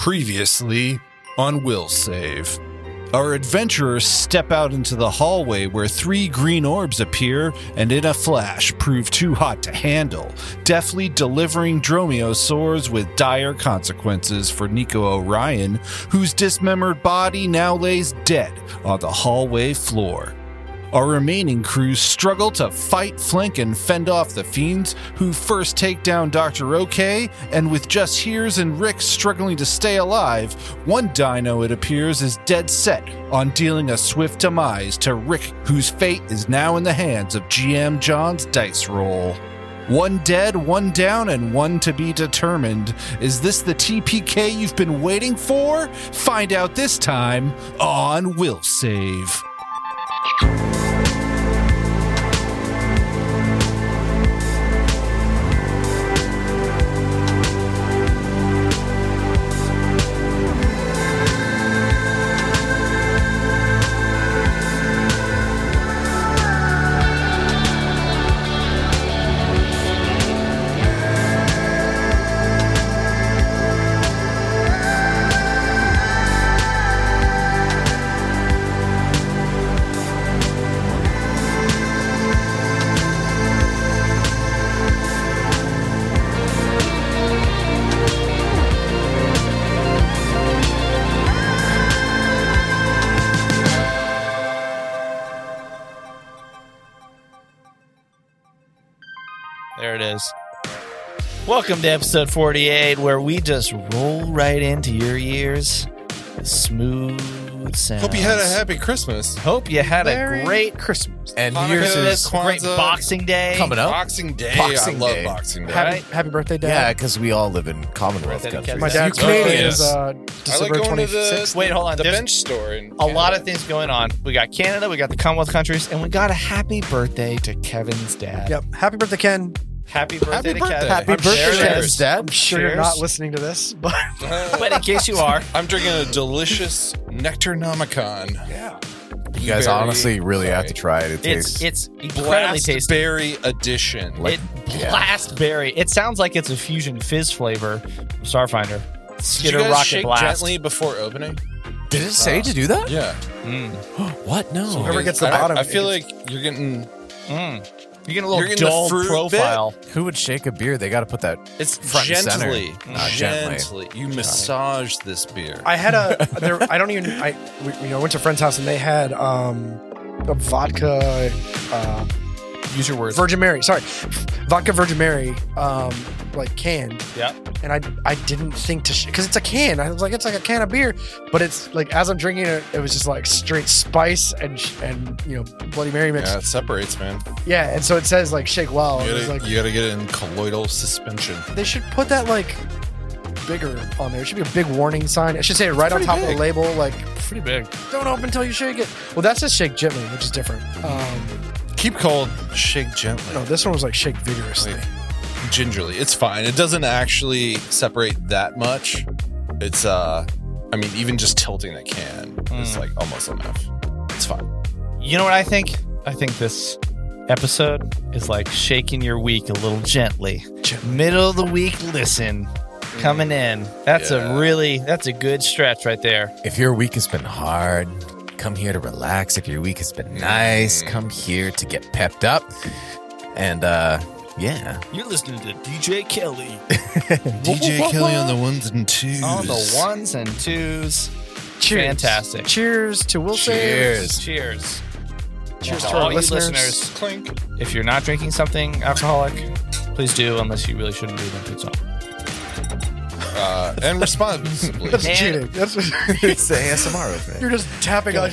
Previously on Will Save. Our adventurers step out into the hallway where three green orbs appear and, in a flash, prove too hot to handle, deftly delivering Dromio swords with dire consequences for Nico Orion, whose dismembered body now lays dead on the hallway floor. Our remaining crews struggle to fight, flank, and fend off the fiends who first take down Dr. OK, and with just Hears and Rick struggling to stay alive, one dino, it appears, is dead set on dealing a swift demise to Rick, whose fate is now in the hands of GM John's dice roll. One dead, one down, and one to be determined. Is this the TPK you've been waiting for? Find out this time on Will Save. There it is. Welcome to episode 48, where we just roll right into your ears. with Smooth sounds. Hope you had a happy Christmas. Hope you had Merry a great Christmas. And Hanukkah, here's is great Kwanzaa. Boxing Day. Coming up. Boxing Day. oh. Boxing I love Day. Boxing Day. Happy- birthday, Yeah, because we all live in Commonwealth Birthday to countries. My Yeah. dad's Oh, Canadian yes. is uh, I like December going to 26th. the, Wait, hold on. the There's bench store. In a lot of things going on. We got Canada, we got the Commonwealth countries, and we got a happy birthday to Kevin's dad. Yep. Happy birthday, Ken. Happy birthday to Happy birthday. Kevin. Happy I'm birthday, sure it is. Kevin's dad. I'm sure you're Cheers. not listening to this, but But in case you are, I'm drinking a delicious Nectarnomicon. yeah. You guys Berry. honestly really have to try it. It it's tastes it's incredibly Blast tasty. Berry Edition. like it yeah. blast berry. It sounds like it's a fusion fizz flavor from Starfinder. Did Skitter you guys rocket shake blast. gently before opening? Did it say to do that? Yeah. Mm, What? No. Whoever Because gets the I don't- bottom I feel like you're getting. mm. You get a You're little getting the dull fruit profile. Who would shake a beer? They got to put that. It's Front and center. gently, Ah, gently. gently. You massage this beer. I had a. There, I don't even. I we, you know I went to a friend's house and they had um a vodka. Uh, Use your words. Virgin Mary, sorry, vodka Virgin Mary, um, like canned. Yeah. And I, I didn't think to, because it's a can. I was like, it's like a can of beer, but it's like as I'm drinking it, it was just like straight spice and sh- and you know Bloody Mary mix. yeah, Yeah. it separates, man. and so it says like shake well. You and Oh, it's gotta, like you gotta get it in colloidal suspension. They should put that like bigger on there. It should be a big warning sign. It should say it right on top of the label, like pretty big. "Don't open until you shake it." Well, that's just shake gently, which is different. Um, Keep cold, shake gently. no, this one was like shake vigorously. Like, gingerly. It's fine. It doesn't actually separate that much. It's uh I mean even just tilting the can is Mm. like almost enough. It's fine. You know what I think? I think this episode is like shaking your week a little gently. Middle of the week, listen. Coming in. That's Mm. Yeah. a really that's a good stretch right there. If your week has been hard, come here to relax. If your week has Mm. been nice, come here to get pepped up. And uh yeah, You're listening to DJ Kelly DJ Kelly on the ones and twos. on the ones and twos. Cheers. Fantastic. Cheers to Will Cheers. Cheers. Cheers Yeah. to our All you listeners. listeners. Clink. If you're not drinking something alcoholic, please do, unless you really shouldn't do them to yourself. Uh, and responsibly. That's And- cheating. That's, it's the ASMR with you're me. just tapping on.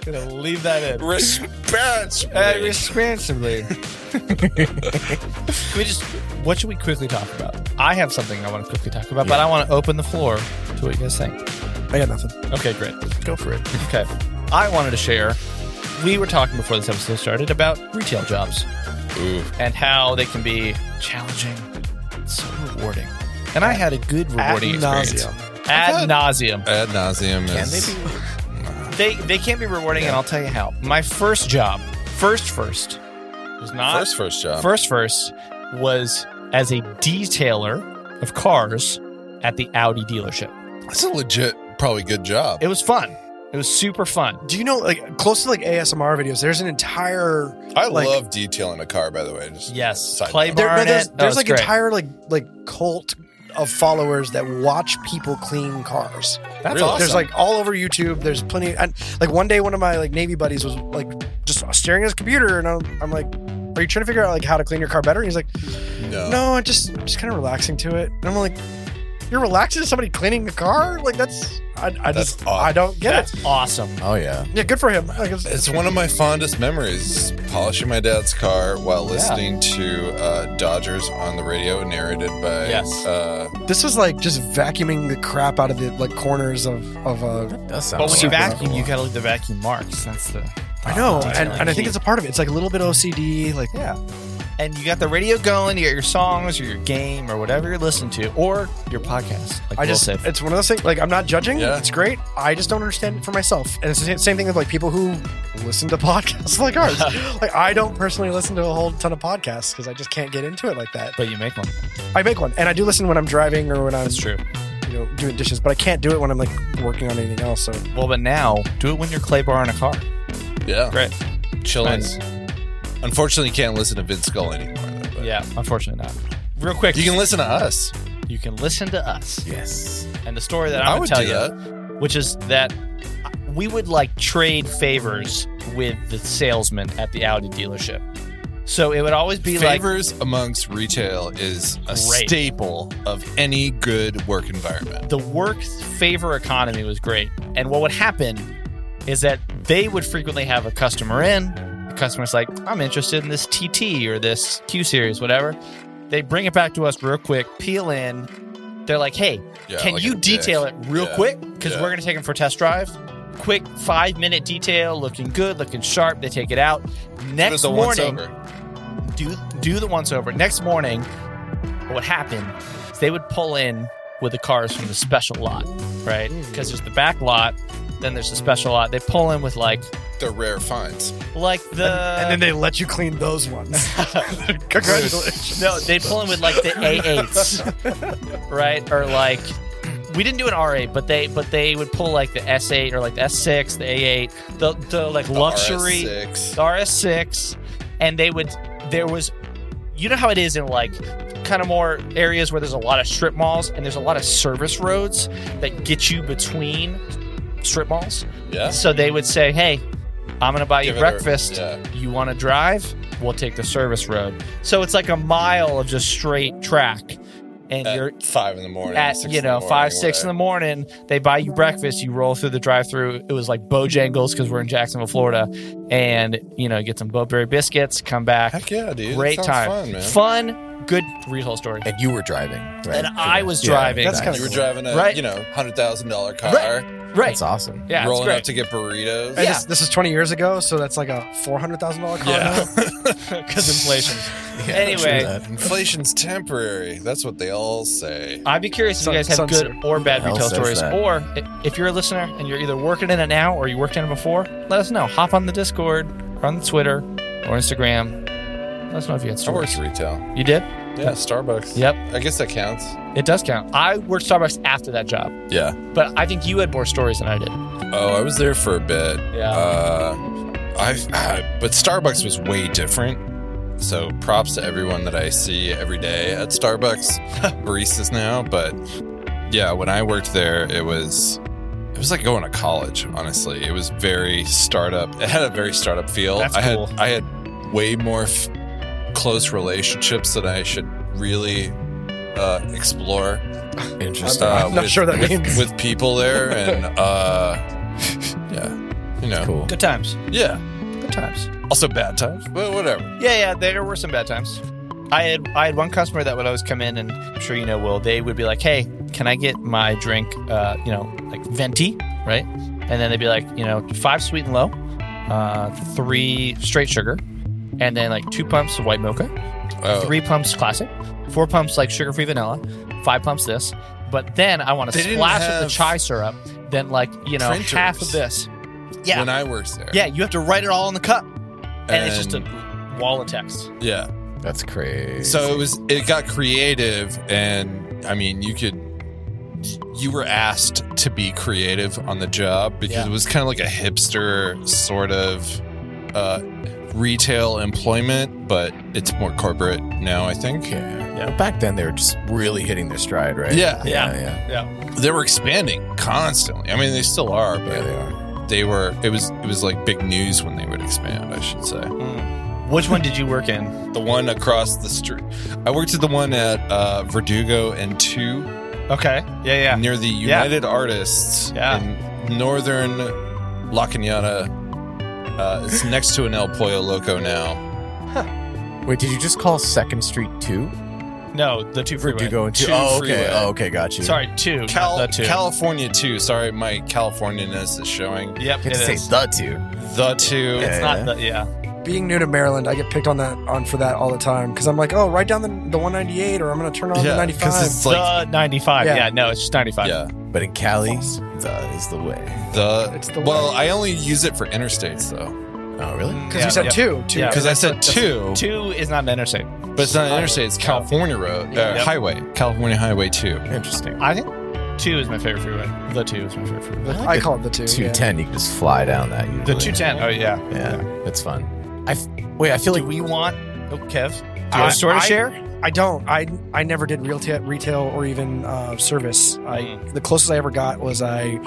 Gonna leave that in. Responsibly. Uh, responsibly. Can we just? What should we quickly talk about? I have something I want to quickly talk about, but I want to open the floor to what you guys think. I got nothing. Okay, great. Go for it. Okay, I wanted to share. We were talking before this episode started about retail jobs Ooh, and how they can be challenging, so rewarding. And I had a good rewarding Ad experience. nauseam. Ad I've had- Uh. nauseum. ad nauseum Can they is be? They they can be rewarding, and I'll tell you how. My first job, first first, was not first first job. first first was as a detailer of cars at the Audi dealership. That's a legit, probably good job. It was fun. It was super fun. Do you know, like, close to like ASMR videos, there's an entire I like- love detailing a car, by the way. Just, Yes, Side Clay note. there, no, Barnett. there's, Oh, there's it's like great. entire like like cult of followers that watch people clean cars. That's Really? awesome. There's like all over YouTube. There's plenty. And like one day, one of my like Navy buddies was like just staring at his computer, and I'm, I'm like, "Are you trying to figure out like how to clean your car better?" And he's like, no. "No, I just I'm just kind of relaxing to it." And I'm like, "You're relaxing to somebody cleaning the car? Like that's I, I That's just odd. I don't get That's it." awesome. Oh yeah. Yeah, good for him. Like, it's, It's one of my fondest memories polishing my dad's car while listening to uh, Dodgers on the radio, narrated by. Yes. Uh, this was like just vacuuming the crap out of the like corners of of uh, That does sound. But when you super vacuum, cool. you gotta leave the vacuum marks. That's the I know, Oh, and, yeah. and I think it's a part of it. It's like a little bit OCD, like Yeah. And you got the radio going, you got your songs or your game or whatever you're listening to, or your podcast. Like I Will just, said. it's one of those things. Like, I'm not judging. Yeah. It's great. I just don't understand it for myself. And it's the same- same thing with like people who listen to podcasts like ours. like, I don't personally listen to a whole ton of podcasts because I just can't get into it like that. but you make one. I make one, and I do listen when I'm driving or when I'm, That's true. you know, doing dishes. But I can't do it when I'm like working on anything else. So Well, but now do it when you're clay bar in a car. yeah. Great. Chilling. Nice. Unfortunately, you can't listen to Vince Skull anymore. though, but Yeah, unfortunately not. Real quick, You can listen to us. you can listen to us Yes. and the story that I I'm would gonna tell do you, which is that we would like trade favors with the salesman at the Audi dealership. So it would always be like Favors amongst retail is a Great. staple of any good work environment. the work favor economy was great. And what would happen is that they would frequently have a customer in. The customer's like, I'm interested in this TT or this Q series, whatever. They bring it back to us real quick, peel in. They're like, hey, Yeah, can like you a detail dick. it real Yeah. quick? Because Yeah. we're going to take them for a test drive. Quick five minute detail, looking good, looking sharp. They take it out. Give it Next the once morning, over. do do the once over. Next morning, what happened is they would pull in with the cars from the special lot, right? Because there's the back lot, then there's the special lot. They pull in with like the rare finds. like the and then they let you clean those ones. Congratulations. no they pull in with like the A8s, right? Or like we didn't do an R8, but they but they would pull like the S8 or like the S6, the A8, the the like luxury. RS6. the RS6, and they would there was you know how it is in like kind of more areas where there's a lot of strip malls and there's a lot of service roads that get you between strip malls. Yeah. So they would say, "Hey, I'm going to buy Give you it a- breakfast. yeah. You want to drive? We'll take the service road." So it's like a mile of just straight track and At you're five in the morning. at six you in the know morning, five six in whatever. the morning they buy you breakfast you roll through the drive-through it was like bojangles because we're in jacksonville florida and you know get some bowberry biscuits come back Heck yeah, dude. great Sounds time Fun, man. Fun, good retail story And you were driving. Right? and i was Yeah, driving That's You kinda were cool. driving a Right. you know hundred thousand dollar car, right That's awesome. yeah it's rolling great. up to get burritos. And this, this is 20 years ago, so that's like a four hundred thousand dollar car. now. because inflation Yeah, Anyway. true that. Inflation's temporary. That's what they all say. i'd be curious if you Sun- guys have sunset. good or bad Who the hell retail says stories that? or i- if you're a listener and you're either working in it now or you worked in it before let us know hop on the discord or on twitter or instagram let us know if you had I worked stories retail. you did Yeah, Starbucks. yep I guess that counts. It does count. I worked Starbucks after that job, Yeah. but I think you had more stories than I did. Oh, I was there for a bit. Yeah. Uh, I've, uh, but Starbucks was way different. So props to everyone that I see every day at Starbucks, baristas now. But yeah, when I worked there, it was it was like going to college. Honestly, it was very startup. It had a very startup feel. That's I had cool. I had way more f- close relationships that I should really uh, explore Interesting. uh, I'm not sure that with, means. with people there and uh yeah you know cool. Good times. yeah Good times. also bad times but whatever Yeah, yeah. There were some bad times. I had I had one customer that would always come in, and I'm sure you know Will. They would be like, "Hey, can I get my drink? Uh, you know, like venti, right?" And then they'd be like, "You know, five sweet and low, uh, three straight sugar, and then like two pumps of white mocha." Oh, three pumps classic, four pumps like sugar free vanilla, five pumps this. But then I want a They didn't splash of the have chai syrup, then like, you know, half printers. of this. Yeah. when i worked there yeah, you have to write it all in the cup. And, it's just a wall of text. yeah That's crazy. so it was it got creative and i mean you could you were asked to be creative on the job because Yeah. it was kind of like a hipster sort of uh, retail employment, but it's more corporate now, I think. Yeah. Back then, they were just really hitting their stride, right? Yeah. Yeah. Yeah. They were expanding constantly. I mean, they still are, Yeah, but they are. they were. It was it was like big news when they would expand. I should say. Which one did you work in? The one across the street. I worked at the one at uh, Verdugo and Two. Okay. Yeah, yeah. near the Yeah. United Artists Yeah. in northern La Cañada. Uh, it's next to an El Pollo Loco now. Wait, did you just call Second Street two? No, the two freeway. Did you go into? Two Oh, okay. freeway. Oh, okay. Got you. Sorry, two. Cal- not the two. California 2. Sorry, my Californianess is showing. yep, You it have to is. say the two. The 2. Yeah. it's not the yeah. Being new to Maryland, I get picked on that on for that all the time because I'm like, oh, write down the, the 198 or I'm gonna turn on the 95. it's like the 95. Yeah. Yeah. no, it's just 95. yeah, But in Cali, the is the way. the, It's the Well, way. I only use it for interstates though. Oh, really? Mm, Because yeah, you said yeah. two, two. Yeah. Because I said That's- 2, Two is not an interstate. but it's not an interstate, it's California road. Uh, Yep. Highway. California Highway 2. Interesting. I think two is my favorite freeway. The two is my favorite freeway. I call it the two. Two yeah. ten. You can just fly down that. The Usually. 210. Oh, yeah. Yeah, it's fun. I f- wait. I feel Do like we want. Oh, Kev. Do you I- want a story I- share? I don't. I I never did real ta- retail or even uh, service. I the closest I ever got was I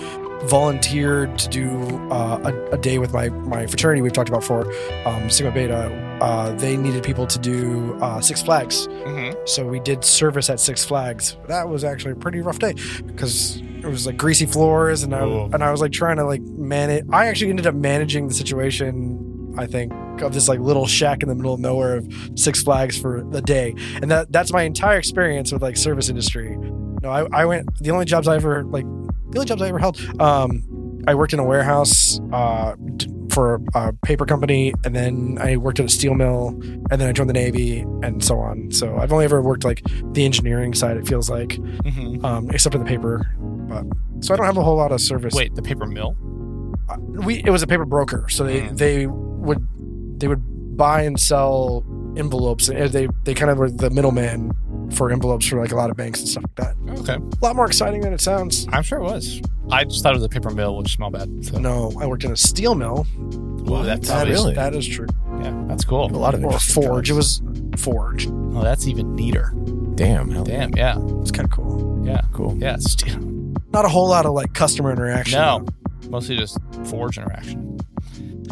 volunteered to do uh, a, a day with my my fraternity we've talked about for um, Sigma Beta. Uh, they needed people to do uh, Six Flags, Mm-hmm. so we did service at Six Flags. That was actually a pretty rough day because it was like greasy floors, and I Ooh. and I was like trying to like manage. I actually ended up managing the situation. I think of this like little shack in the middle of nowhere of Six Flags for the day, and that that's my entire experience with like service industry. No, I, I went. The only jobs I ever like, the only jobs I ever held. Um, I worked in a warehouse uh, d- for a paper company, and then I worked at a steel mill, and then I joined the Navy, and so on. So I've only ever worked like the engineering side. It feels like, Mm-hmm. um, except for the paper. But so I don't have a whole lot of service. Wait, the paper mill? Uh, we it was a paper broker, so they Mm. they would they would buy and sell envelopes. and They they kind of were the middleman for envelopes for like a lot of banks and stuff like that. Oh, Okay. A lot more exciting than it sounds. I'm sure it was. I just thought it was a paper mill, which smelled bad. So. No, I worked in a steel mill. Ooh, that's Oh, That is- really? that is true. Yeah, that's a cool. lot of Or a interesting forge. It jobs. was forge. Oh, that's even neater. damn. Hell, Damn, yeah. It's kind of cool. Cool. Yeah, it's Not a whole lot of like customer interaction. No, mostly just forge interaction.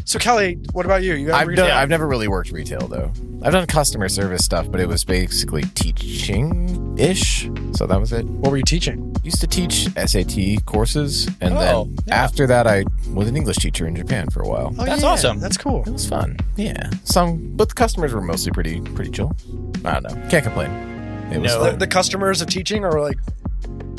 So Kelly, what about you? You got I've retail? done, I've never really worked retail though. I've done customer service stuff, but it was basically teaching ish. So that was it. What were you teaching? Used to teach SAT courses, and Oh, then yeah. after that, I was an English teacher in Japan for a while. Oh, That's awesome. That's cool. It was fun. Yeah. Some, but the customers were mostly pretty, pretty chill. I don't know. Can't complain. It was No. The, fun. the customers of teaching are like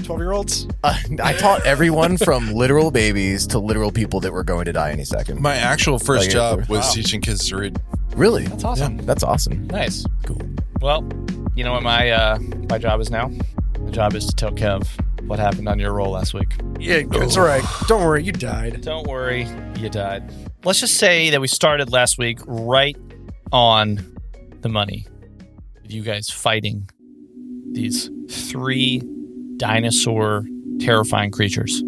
twelve year olds. Uh, I taught everyone from literal babies to literal people that were going to die any second. My actual first Like, job was wow. teaching kids to read. really? That's awesome. That's awesome. Nice. Cool. Well, you know what my uh, my job is now? My job is to tell Kev what happened on your roll last week. Yeah, it's all right. Don't worry, you died. Don't worry, you died. Let's just say that we started last week right on the money. You guys fighting these three dinosaur terrifying creatures.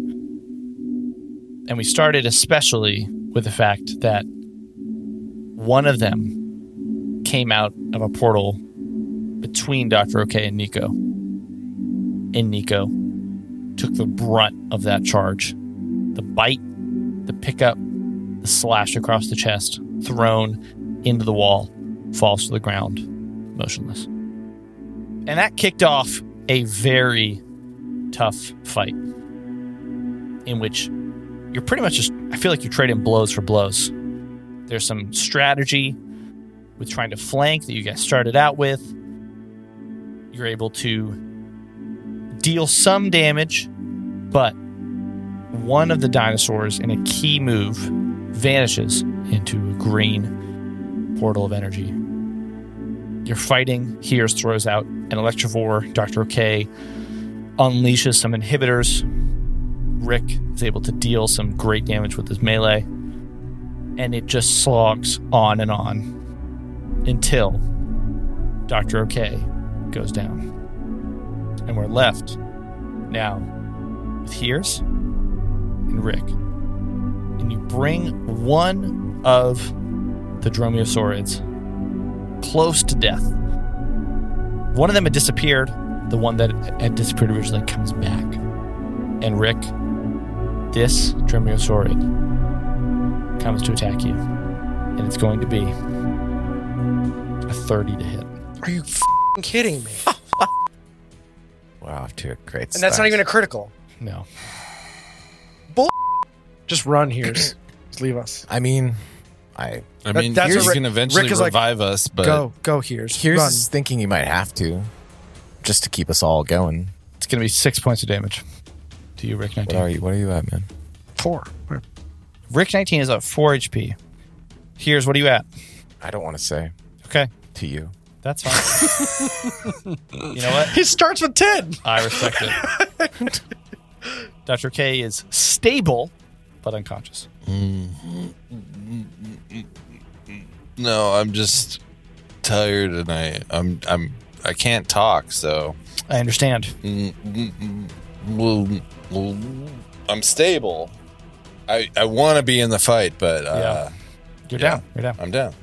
And we started especially with the fact that one of them came out of a portal between Dr. OK and Nico. And Nico took the brunt of that charge. The bite the pickup, the slash across the chest, thrown into the wall, falls to the ground, motionless. And that kicked off a very tough fight in which you're pretty much just, I feel like you're trading blows for blows. There's some strategy with trying to flank that you guys started out with. You're able to deal some damage, but one of the dinosaurs in a key move vanishes into a green portal of energy. You're fighting. Hears throws out an electrovore. Dr. K unleashes some inhibitors. Rick is able to deal some great damage with his melee. And it just slogs on and on until Dr. OK goes down. And we're left now with Hears and Rick, and you bring one of the dromaeosaurids close to death. One of them had disappeared. The one that had disappeared originally comes back. And Rick, this dromaeosaurid comes to attack you, and it's going to be a 30 to hit. Are you fing kidding me? We're off to a great start. And that's not even a critical. No. Just run here. Just leave us. I mean, I I That- mean, that's he's what Rick- going to eventually Rick is like, revive us, but go, Uh, go here. here's run. thinking you might have to, just to keep us all going. It's going to be six points of damage to you, Rick 19. What are you? What are you at, man? four. Rick 19 is at 4 HP. Here's what are you at? I don't want to say Okay. to you. That's fine. you know what? He starts with ten. I respect it. Dr. K is stable, but unconscious. no, I'm just tired and I I'm I'm I can't talk, so I understand. I'm stable. I I want to be in the fight, but uh, You're Yeah. Uh, down. You're down. I'm down.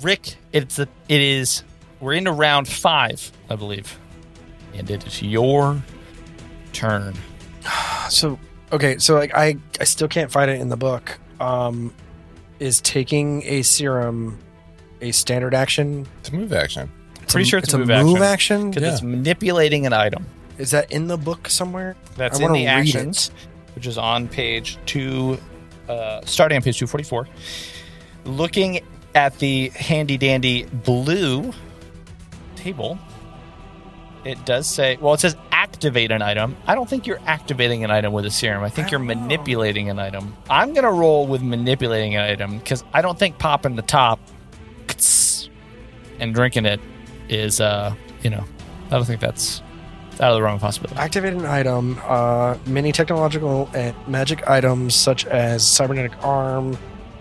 Rick, it's a, it is we're into round five, I believe. And it is your turn. So okay, so like I I still can't find it in the book. Um, is taking a serum a standard action? It's a move action. Pretty sure it's, a move action. because Yeah. it's manipulating an item. Is that in the book somewhere? That's I in wanna the read it. actions, which is on page two, uh, starting on page 244. Looking at the handy dandy blue table, it does say, well, it says activate an item. I don't think you're activating an item with a serum. I think Oh. you're manipulating an item. I'm going to roll with manipulating an item because I don't think popping the top and drinking it is, uh, you know, I don't think that's out of the realm of possibility. Activate an item. Uh, many technological and magic items such as cybernetic arm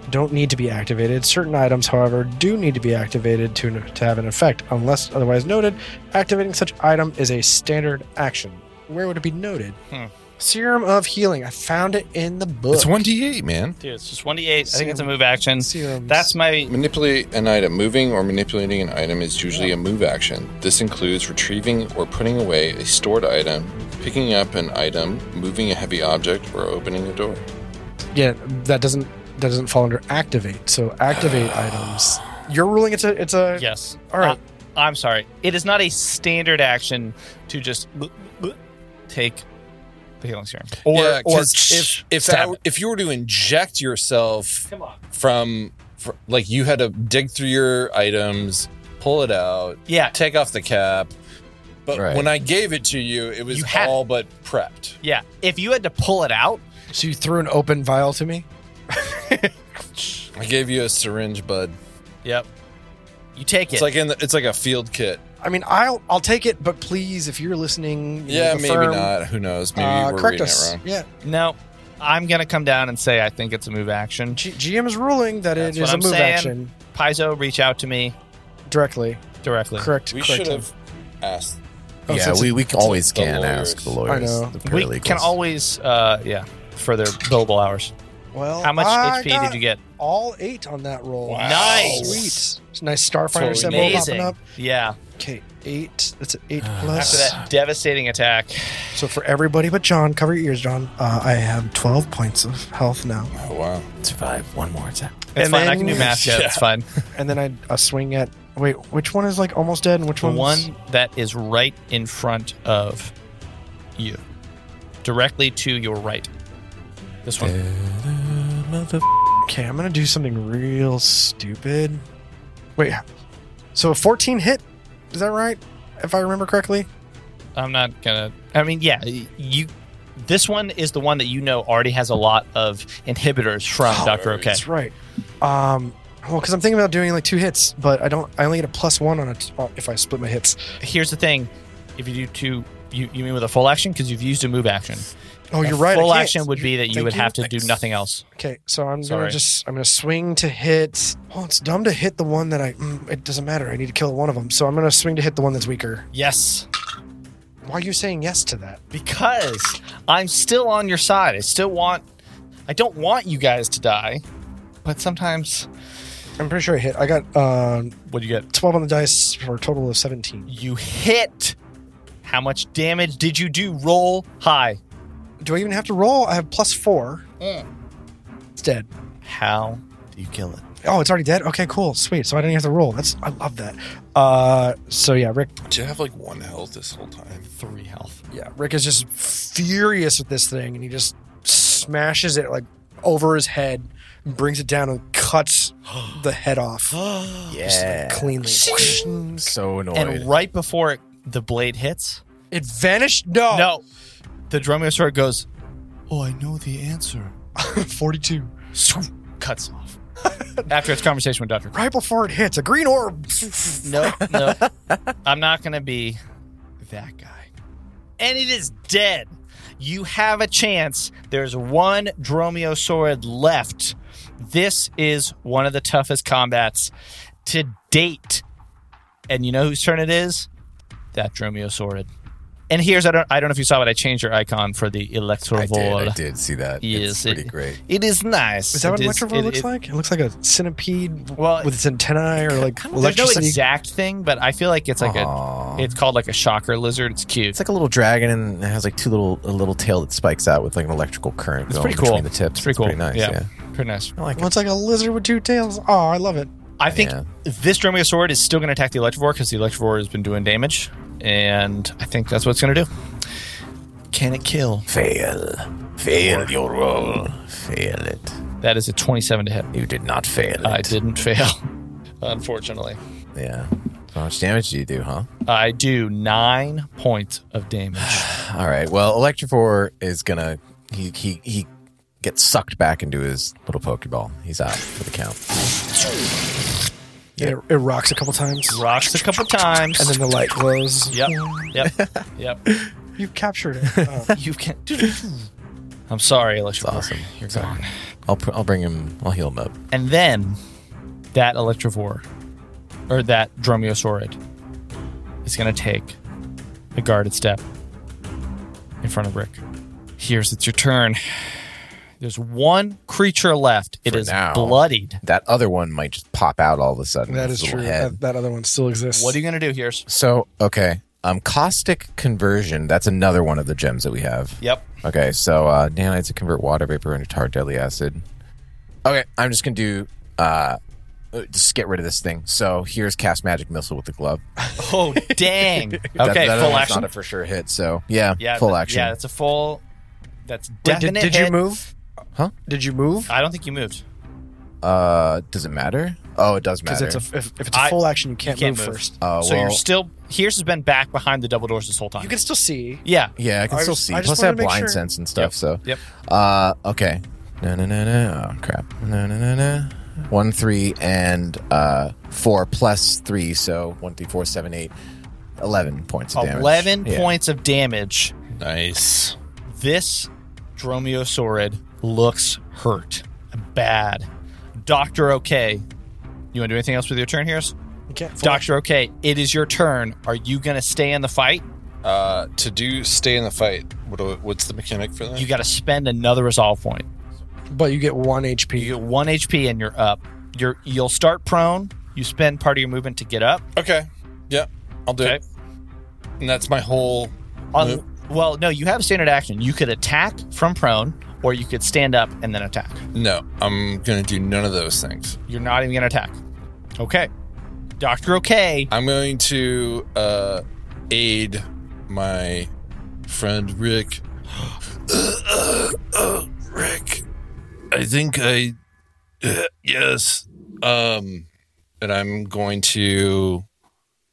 don't need to be activated. Certain items, however, do need to be activated to, to have an effect. Unless otherwise noted, activating such item is a standard action. Where would it be noted? Hmm. Serum of healing. I found it in the book. It's one d eight, man. Dude, it's just 1d8. I Serum. think it's a move action. Serums. That's my. Manipulate an item. Moving or manipulating an item is usually a move action. This includes retrieving or putting away a stored item, picking up an item, moving a heavy object, or opening a door. yeah. That doesn't that doesn't fall under activate. So activate items. You're ruling it's a it's a Yes. All right. I, am sorry. It is not a standard action to just l- l- take the healing serum. Or, yeah, or because if if, stab that, it. if you were to inject yourself Come on. from, fr like you had to dig through your items, pull it out, Yeah. take off the cap. But Right. when I gave it to you, it was You had all but prepped. Yeah. If you had to pull it out, So you threw an open vial to me. I gave you a syringe, bud. yep. You take It's it. like in the, it's like a field kit. I mean, I'll I'll take it, but please, if you're listening, you know, Yeah, the maybe firm, not. Who knows? Maybe Uh, we're correct reading us. it wrong. Yeah, no, I'm going to come down and say I think it's a move action. G- GM is ruling that That's it what is a I'm move saying. action Paizo, reach out to me directly. directly. Correct. We correct should have asked. Oh, yeah, so it's we, a- we always it's the can lawyers. ask the lawyers. I know. The We paralegals. can always, uh, yeah, for their billable hours. Well, How much Oh, I HP got did you get? All eight on that roll. Wow. Nice. Sweet. It's a nice Starfinder That's symbol Amazing. popping up. Yeah. Okay, eight. That's an eight Uh, After plus. that devastating attack. So for everybody but John, cover your ears, John. Uh, I have twelve points of health now, Oh wow! survive one more time. It's And fine. I then- can do math. Yeah, Yeah. it's fine. and then I a swing at. Wait, which one is like almost dead, and which The one's one that is right in front of you, directly to your right. This one. Okay, I'm gonna do something real stupid. Wait, so a 14 hit? Is that right? If I remember correctly? I'm not gonna. I mean, yeah, you. This one is the one that you know already has a lot of inhibitors from Doctor OK. That's right. Um, well, because I'm thinking about doing like two hits, but I don't. I only get a plus one on it if I split my hits. Here's the thing: if you do two, you, you mean with a full action because you've used a move action. Oh, A you're right. I Full can't. action would be that you Thank would you. have to do nothing else. Okay, so I'm Sorry. gonna just I'm gonna swing to hit. Well, it's dumb to hit the one that I. Mm, it doesn't matter. I need to kill one of them. So I'm gonna swing to hit the one that's weaker. Yes. Why are you saying yes to that? because I'm still on your side. I still want. I don't want you guys to die, but sometimes. I'm pretty sure I hit. I got um, What do you get? 12 on the dice for a total of 17. You hit. How much damage did you do? Roll high. Do I even have to roll? I have plus four. It's dead. How do you kill it? Oh, it's already dead. Okay, cool, sweet. So I didn't have to roll. That's I love that. Uh, so yeah, Rick. Did you have like one health this whole time? Three health. Yeah, Rick is just furious with this thing, and he just smashes it like over his head, brings it down, and cuts the head off just, like, Yeah. cleanly. So annoyed. And right before it, the blade hits, it vanished. No, no, the Dromaeosaur goes. Oh, I know the answer. forty-two. Swoop, Cuts off. After its conversation with Doctor. Right before it hits, a green orb. No, no. I'm not going to be that guy. And it is dead. You have a chance. There's one Dromaeosaurid left. This is one of the toughest combats to date. And you know whose turn it is? That Dromaeosaurid. And here's I don't I don't know if you saw but I changed your icon for the I Electrovol. did. I did see that. Yes, it's it- pretty great. It is nice. Is that what It an electrovore it- looks it- like? It looks like a centipede Well, with its antennae or like there's no electricity. exact thing, but I feel like it's like Aw. a it's called like a shocker lizard. It's cute. It's like a little dragon, and it has like two little a little tail that spikes out with like an electrical current It's going pretty cool. between the tips. It's pretty cool. nice. Yeah. Yeah. Pretty nice. I like well, it. it's like a lizard with two tails. Oh, I love it. I think Yeah. this Dromaeosaurid is still going to attack the Electrovore because the Electrovore has been doing damage, and I think that's what it's going to do. Can it kill? Fail. Fail your roll. Fail it. That is a 27 to hit. You did not fail it. I didn't fail, unfortunately. Yeah. How much damage do you do, huh? I do nine points of damage. All right. Well, Electrophore is gonna he he he gets sucked back into his little Pokeball. He's out for the count. It, it rocks a couple times, Rocks a couple times. and then the light glows. yep, yep, yep. You captured it. Oh. You can. I'm sorry, Electrovore. awesome. You're gone. I'll pr- I'll bring him. I'll heal him up. And then that Electrovore, or that Dromaeosaurid, is going to take a guarded step in front of Rick. Here's it's your turn. There's one creature left. It For is now. bloodied. That other one might just pop out all of a sudden. that with is his true. little head. That, that other one still exists. What are you going to do, Here's? So okay. Um, caustic conversion. That's another one of the gems that we have. Yep. Okay, so uh, nanites that convert water vapor into tar deadly acid. Okay, I'm just gonna do uh, uh, just get rid of this thing. So here's cast magic missile with the glove. Oh, dang. okay, That- that full one's action. Not a for sure hit. So yeah, yeah, full th- action. Yeah, that's a full. That's Wait, did, definite. did hit. you move? Huh? Did you move? I don't think you moved. Uh, does it matter? Oh, it does Because matter. it's a if, if it's a I- full action, you can't, can't move, move. first. Oh, so you're well, still. Here's has been back behind the double doors this whole time. You can still see. yeah. yeah, I can I still just- see. I just Plus, wanted I have to make blind sure. sense and stuff. Yep. So Yep. Uh, okay. No, no, no, no. Oh, crap. No, no, no, no. One, three, and uh, four plus three. So one, three, four, seven, eight. Eleven points of damage. 11 Yeah. points of damage. Nice. This Dromaeosaurid looks hurt. Bad. Dr. Okay. You want to do anything else with your turn here? You can't. full- Dr. Okay, it is your turn. Are you going to stay in the fight? Uh, to do stay in the fight. What do, what's the mechanic for that? You got to spend another resolve point. But you get one You HP. get 1 HP and you're up. You're you'll start prone. You spend part of your movement to get up. okay. Yeah, I'll do Okay. it. And that's my whole. On, Move. Well, no, you have standard action. You could attack from prone or you could stand up and then attack. No, I'm gonna do none of those things. You're not even going to attack. Okay. Dr. Okay I'm going to uh, aid my friend Rick. Rick, I think I uh, yes. Um, and I'm going to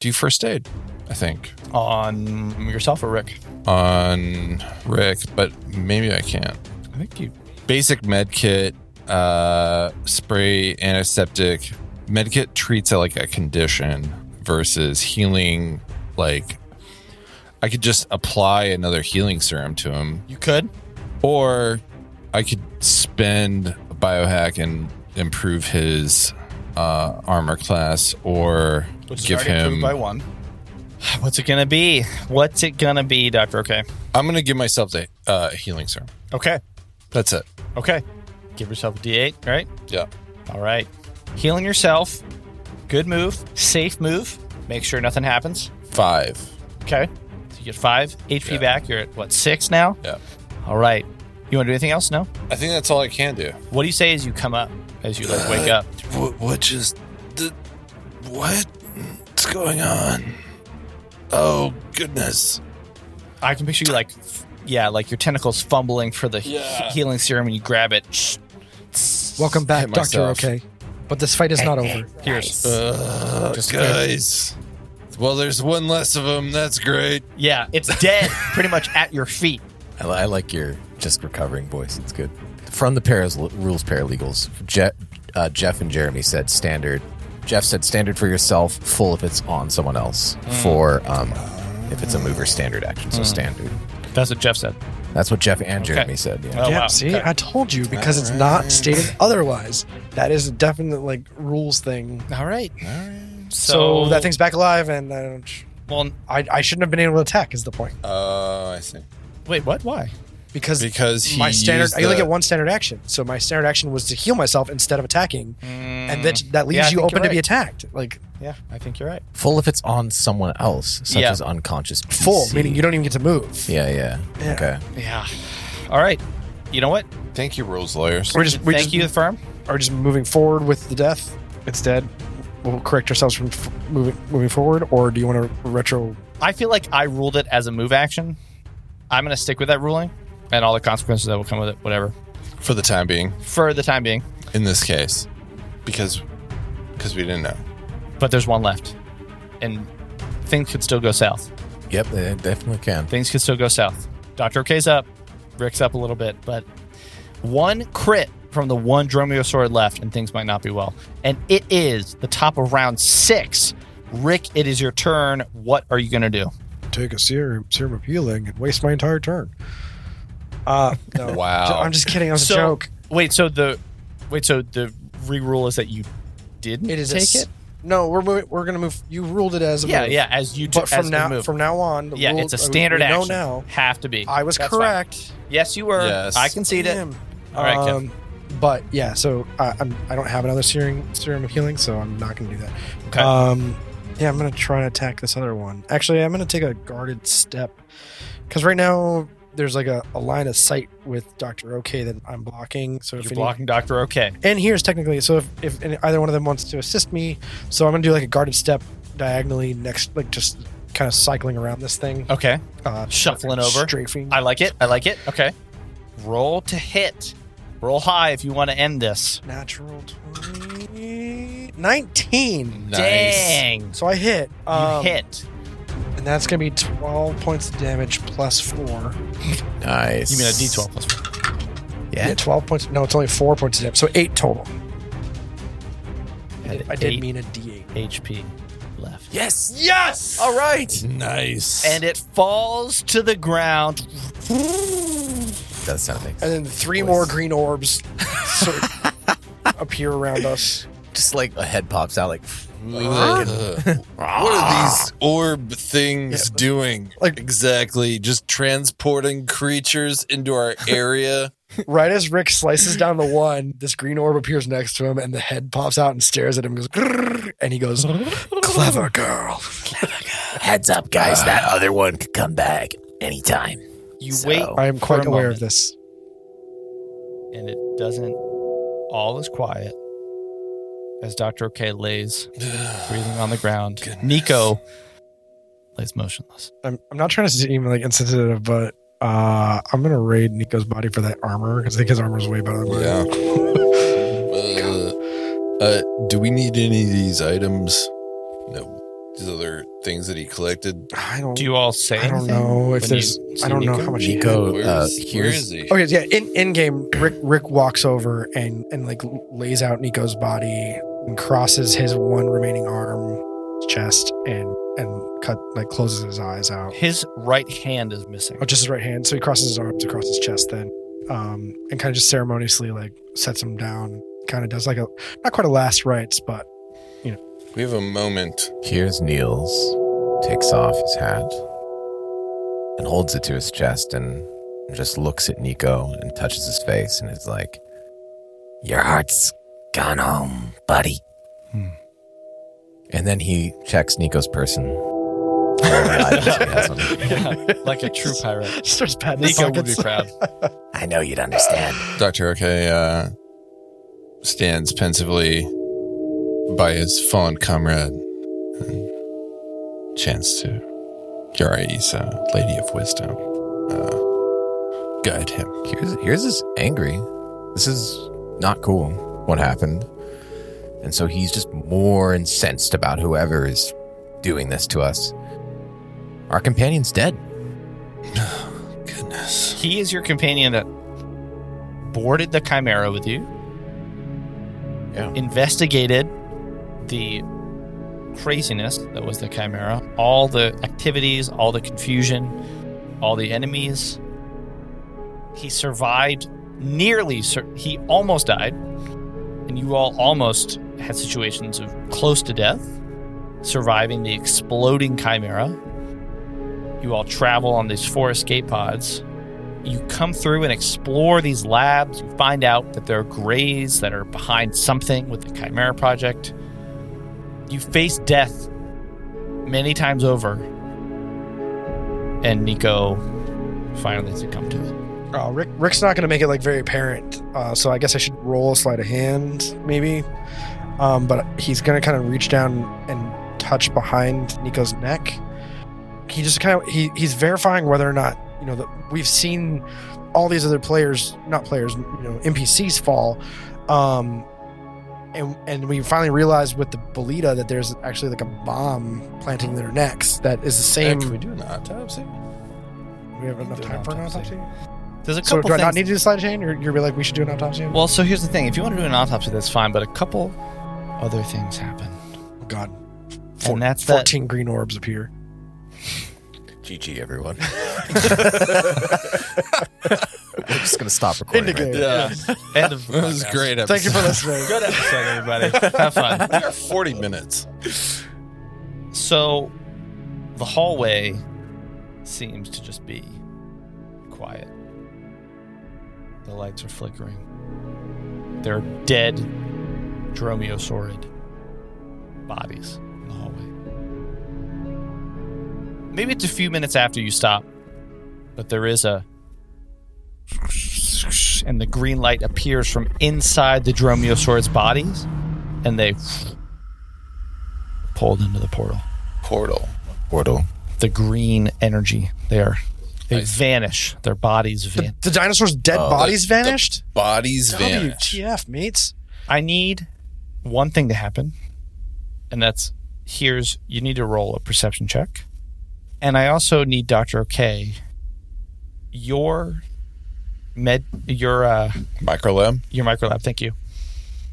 do first aid. I think on yourself or Rick? on Rick, but maybe I can't. I think you. Basic med kit, uh, spray antiseptic. Med kit treats it like a condition versus healing. Like I could just apply another healing serum to him You could. or I could spend a biohack and improve his uh, armor class, or give him one. What's it gonna be? What's it gonna be, Doctor? Okay. I'm gonna give myself the uh, healing serum. Okay. That's it. Okay. Give yourself a D8, right? Yeah. All right. Healing yourself. Good move. Safe move. Make sure nothing happens. Five. Okay. So you get five HP Yeah. back. You're at what, six now? Yeah. All right. You want to do anything else? No? I think that's all I can do. What do you say as you come up, as you like wake Uh, up? What? What just? The, what? What's going on? Oh goodness! I can picture you like, f- yeah, like your tentacles fumbling for the he- Yeah. healing serum and you grab it. Shh. Welcome back, Hit Doctor myself. Okay. But this fight is not over. Here's. Uh, Just guys. Well, there's one less of them. That's great. Yeah, it's dead pretty much at your feet. I, li- I like your just recovering voice. It's good. From the paras, rules paralegals, Je- uh, Jeff and Jeremy said standard. Jeff said standard for yourself, full if it's on someone else, for um, if it's a mover standard action. So standard. That's what Jeff said. That's what Jeff and Jeremy said. Yeah. Oh, yeah, wow. see, Okay. I told you because it's not stated otherwise. That is a definite like rules thing. All right. So, So, that thing's back alive, and I, don't, Well, I I shouldn't have been able to attack. Is the point Oh, I see. wait, what? Why? because Because he my standard used I only the- get one standard action, so my standard action was to heal myself instead of attacking, and that Mm. that leaves Yeah, I you think open you're to be right. attacked. Like Yeah, I think you're right. Full if it's on someone else, such Yeah. as unconscious. PC. full, meaning you don't even get to move. Yeah, yeah, Yeah. Okay. Yeah. All right. You know what? Thank you, rules lawyers. We're just we Thank just you, the firm. are just moving forward with the death. It's dead. We'll correct ourselves from f- moving moving forward, or do you want to retro? I feel like I ruled it as a move action. I'm going to stick with that ruling and all the consequences that will come with it, whatever, For the time being, for the time being. in this case, because because we didn't know. But there's one left. And things could still go south. Yep, they definitely can. Things could still go south. Dr. Ok's up. Rick's up a little bit. But one crit from the one Dromio sword left, and things might not be well. And it is the top of round six. Rick, it is your turn. What are you going to do? take a serum, serum of healing and waste my entire turn. Uh, no. Wow. I'm just kidding. That was So- a joke. Wait, so the wait, so the re-rule is that you didn't It is take a, s- it. No, we're moving, we're gonna move. You ruled it as a Yeah, move. yeah. As you took But from now move. from now on, the yeah, rule- it's a uh, we- standard we know action. now. have to be. I was That's correct. fine. Yes, you were. Yes. I concede it. Damn. All right, Kev. Um, but yeah, so I, I'm I don't have another serum serum of healing, so I'm not gonna do that. Okay. Um, yeah, I'm gonna try and attack this other one. Actually, I'm gonna take a guarded step because right now there's like a, a line of sight with Doctor OK that I'm blocking. So if You're any- blocking Doctor. Okay. and here's technically so if, if any- either one of them wants to assist me, so I'm gonna do like a guarded step diagonally next, like just kind of cycling around this thing, Okay. uh, Shuffling over. strafing. I like it. I like it. Okay. Roll to hit. Roll high if you want to end this. Natural 20, 19. Dang. So I hit. You um, hit. And that's going to be 12 points of damage plus 4. Nice. You mean a D12 plus four? Yeah. Yeah, 12 points. No, it's only 4 points of damage. So 8 total. I did, I did Eight mean a D8. HP left. Yes. Yes. All right. Nice. And it falls to the ground. Does something. And then three Nice. more green orbs sort of appear around us. Just like a head pops out, like Ugh. uh, what are these orb things Yeah. doing? Like- exactly, just transporting creatures into our area. Right as Rick slices down the one, this green orb appears next to him, and the head pops out and stares at him and goes, "Grrr," and he goes, Clever girl. heads up, guys. That other one could come back anytime. You So- wait. I am quite For a aware moment. of this. and it doesn't. All is quiet as Dr. OK lays breathing on the ground. Nico lays motionless. I'm, I'm not trying to seem like insensitive, but uh, I'm gonna raid Nico's body for that armor because I think his armor is way better than mine. Yeah. Uh, uh, do we need any of these items? No. These other things that he collected. I don't. Do you all say I don't anything know if when there's. you I see don't know Nico? how much he hit. Nico, Where's, uh, where here's is he? Okay, yeah. In in game, Rick Rick walks over and and like lays out Nico's body and crosses his one remaining arm, chest, and and cut like closes his eyes out. His right hand is missing. Oh, just his right hand. So he crosses his arms across his chest then, um, and kind of just ceremoniously like sets him down. Kind of does like a not quite a last rites, but We have a moment. Here's Niels takes off his hat and holds it to his chest and just looks at Nico and touches his face and is like, Your heart's gone home, buddy. And then he checks Nico's person. Whatever items he has on him. like a true pirate. Starts patting his Nico would be pockets. proud. I know you'd understand. Dr. Okay uh, stands pensively by his fallen comrade and chants to Yaraisa, Lady of Wisdom. Uh, guide him. Here's here's is angry. This is not cool. What happened? And so he's just more incensed about whoever is doing this to us. Our companion's dead. Goodness. He is your companion that boarded the Chimera with you. Yeah. Investigated the craziness that was the Chimera, all the activities, all the confusion, all the enemies. He survived nearly sur- he almost died and you all almost had situations of close to death surviving the exploding chimera you all travel on these four escape pods you come through and explore these labs. You find out that there are grays that are behind something with the Chimera Project. You face death many times over, and Nico finally succumbed to it. Oh, Rick, Rick's not going to make it like very apparent. Uh, so I guess I should roll a sleight of hand, maybe. Um, but he's going to kind of reach down and touch behind Nico's neck. He just kind of he, he's verifying whether or not you know that we've seen all these other players, not players, you know, NPCs fall. Um, and and we finally realized with the Belita that there's actually like a bomb planting their necks that is the same. Can we do uh, an autopsy? we have enough time for an autopsy. There's a So couple do I not things- need to do sleight of hand, or you're like we should do an autopsy? well, so here's the thing: if you want to do an autopsy, that's fine. But a couple other things happen, Oh, God. and that's that 14 green orbs appear. GG, everyone. We're just gonna stop recording. right Indigo. there. Yeah. end of the That was a podcast. great episode. Thank you for listening. Good episode, everybody. Have fun. We are 40 minutes. So the hallway seems to just be quiet. The lights are flickering. There are dead dromaeosaurid bodies in the hallway. Maybe it's a few minutes after you stop, but there is a and the green light appears from inside the dromaeosaur's bodies and they pulled into the portal Portal. Portal. the green energy there. They Nice. vanish. Their bodies The, vanish. the dinosaurs' dead Oh, bodies the- the- vanished? Bodies vanish. WTF, mates. I need one thing to happen, and that's here's you need to roll a perception check. And I also need Dr. OK your med your uh Microlab. your microlab, thank you,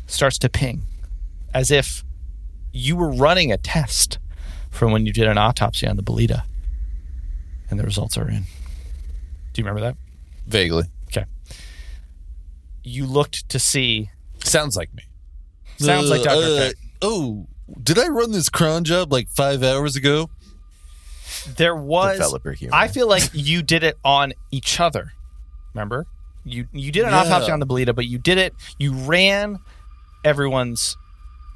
starts to ping as if you were running a test from when you did an autopsy on the Belita. And the results are in. Do you remember that? Vaguely. you looked to see. Sounds like me. Sounds like Dr. Uh, Fett. Oh, did I run this cron job like five hours ago? There was. Developer humor. I feel like you did it on each other. Remember, you you did an Yeah. autopsy on the Belita, but you did it. You ran everyone's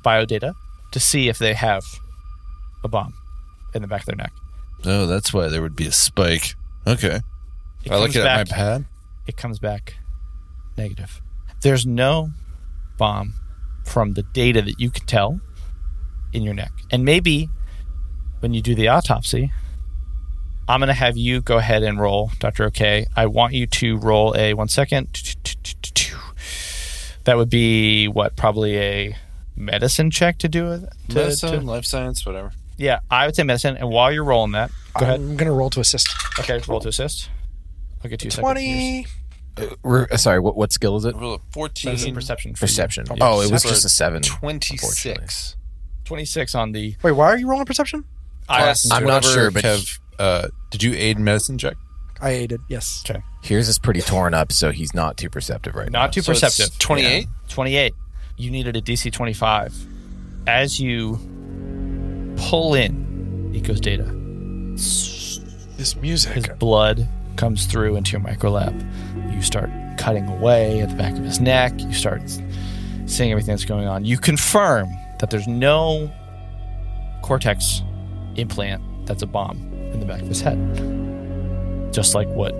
bio data to see if they have a bomb in the back of their neck. Oh, that's why there would be a spike. Okay. It I look comes at my back, pad. It comes back negative. There's no bomb from the data that you can tell in your neck. And maybe when you do the autopsy, I'm going to have you go ahead and roll, Dr. OK. I want you to roll a one second. That would be what? Probably a medicine check to do it? to- to- life science, whatever. yeah, I would say medicine. And while you're rolling that, go ahead. I'm going to roll to assist. Okay, roll to assist. I'll get you a second. 20. We're- uh, sorry. What what skill is it? Rule of That's a 14, perception. for you. Perception. Yeah. Oh, it was just a seven. 26. 26 on the Wait, why are you rolling perception? IS. I'm not sure, but Kev, uh, did you aid in medicine check? I aided, yes. Here's is pretty torn up, so he's not too perceptive right now. Not too So it's perceptive. 28? 28. You needed a DC 25. As you pull in Nico's data, This His music. blood comes through into your microlab. You start cutting away at the back of his neck. You start seeing everything that's going on. You confirm that there's no cortex implant that's a bomb in the back of his head. Just like what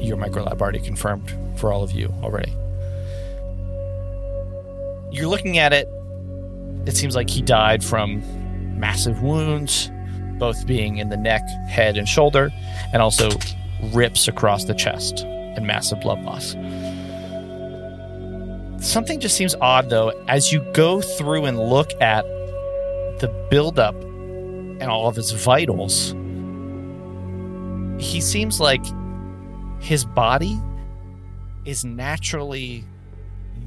your microlab already confirmed for all of you already. You're looking at it. It seems like he died from massive wounds, both being in the neck, head, and shoulder and also rips across the chest and massive blood loss. Something just seems odd though as you go through and look at the buildup and all of his vitals. He seems like his body is naturally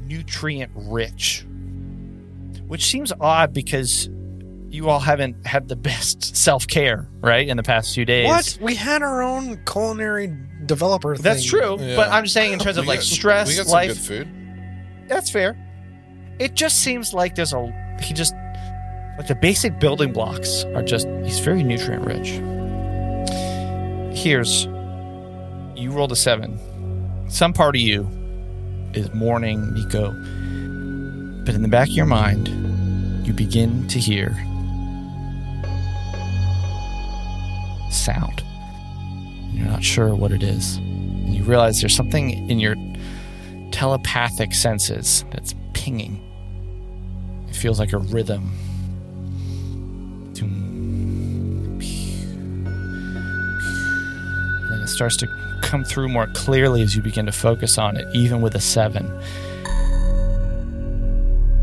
nutrient rich, which seems odd because you all haven't had the best self care, right, in the past few days. What? We had our own culinary developer. That's thing. true, Yeah. but I'm just saying in terms of We like got- stress, we got some life. good food. That's fair. It just seems like there's a he just like the basic building blocks are just he's very nutrient rich. Here's you rolled a seven. Some part of you is mourning Nico, but in the back of your mind, you begin to hear sound. You're not sure what it is. And you realize there's something in your telepathic senses that's pinging. It feels like a rhythm. Doom, pew, pew. Then it starts to come through more clearly as you begin to focus on it, even with a seven.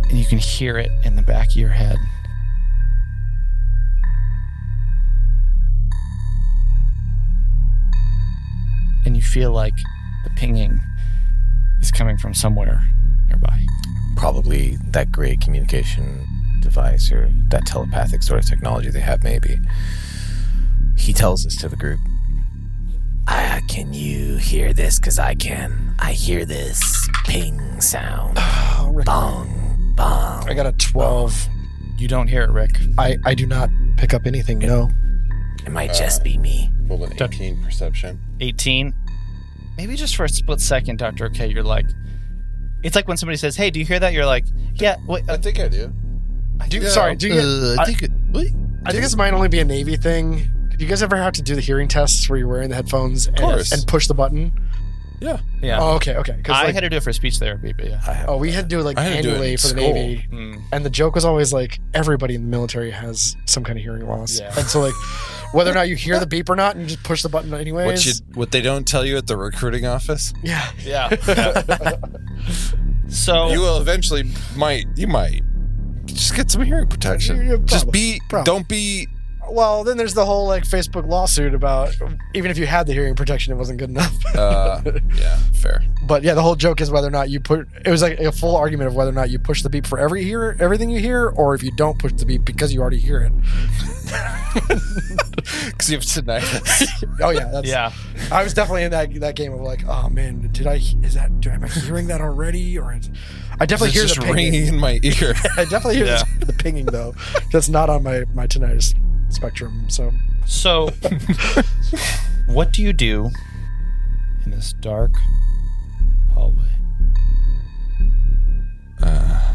And you can hear it in the back of your head. And you feel like the pinging is coming from somewhere nearby. Probably that gray communication device or that telepathic sort of technology they have, maybe. He tells this to the group. Ah, can you hear this? Because I can. I hear this ping sound. Oh, Rick, Bong, bong. I got a 12. You don't hear it, Rick. I, I do not pick up anything, no. It might just be me. Well, an 18 perception. 18. Maybe just for a split second, Dr. Okay, you're like, it's like when somebody says, hey, do you hear that? You're like, yeah, wait, I uh, think I do. Do you, Sorry, do you get, Uh, I think it, what? I think this might only be a Navy thing. Do you guys ever have to do the hearing tests where you're wearing the headphones and, course. and push the button? yeah. Oh, okay, okay. Because uh, I like, had to do it for speech therapy, but yeah. I have oh, we had to do it like I had to do it annually in for the school. Navy, Mm. and the joke was always like everybody in the military has some kind of hearing loss, Yeah. and so like whether or not you hear the beep or not, and you just push the button anyways. What you what they don't tell you at the recruiting office, yeah, Yeah. Oh. so, you will eventually might you might just get some hearing protection. Yeah, just probably, be probably. don't be Well, then there's the whole like Facebook lawsuit about even if you had the hearing protection, it wasn't good enough. uh yeah, fair. but yeah, the whole joke is whether or not you put it was like a full argument of whether or not you push the beep for every hear everything you hear, or if you don't push the beep because you already hear it. Cuz you have tinnitus. Oh yeah, that's, yeah. I was definitely in that that game of like, oh man, did I is that do, am I hearing that already? Or is, I definitely it's hear just the pinging. ringing in my ear. I definitely hear the, the pinging though. That's not on my my tinnitus spectrum. So So, what do you do in this dark hallway?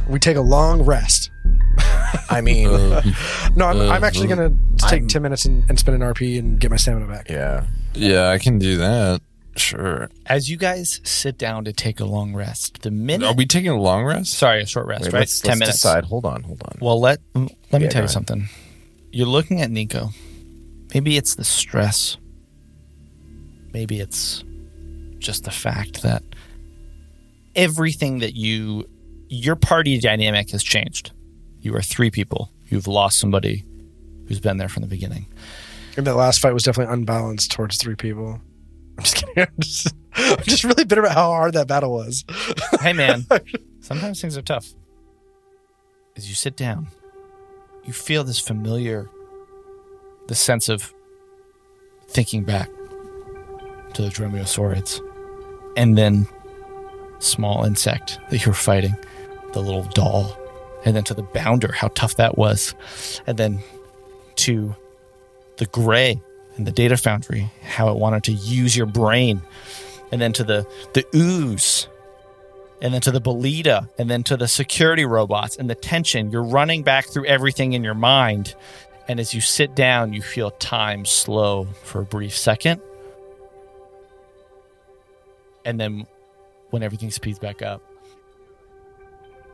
we take a long rest. I mean, No, I'm, I'm actually gonna take Uh-huh. I'm- ten minutes and, and spend an RP and get my stamina back. yeah. yeah, I can do that. Sure. As you guys sit down to take a long rest, the minute. Are we taking a long rest? sorry, a short rest, Wait, right? let's, 10 let's minutes. decide. Hold on, hold on. Well, let let me Yeah, tell go you ahead. something. You're looking at Nico. Maybe it's the stress. Maybe it's just the fact that everything that you your party dynamic has changed. You are three people. You've lost somebody who's been there from the beginning. And that last fight was definitely unbalanced towards three people. I'm just kidding. I'm just, I'm just really bitter about how hard that battle was. hey man, sometimes things are tough. As you sit down, you feel this familiar the sense of thinking back to the dromaeosaurids and then small insect that you were fighting, the little doll, and then to the bounder, how tough that was, and then to the gray and the data foundry, how it wanted to use your brain, and then to the the ooze, and then to the Belita, and then to the security robots and the tension. You're running back through everything in your mind. And as you sit down, you feel time slow for a brief second. And then when everything speeds back up,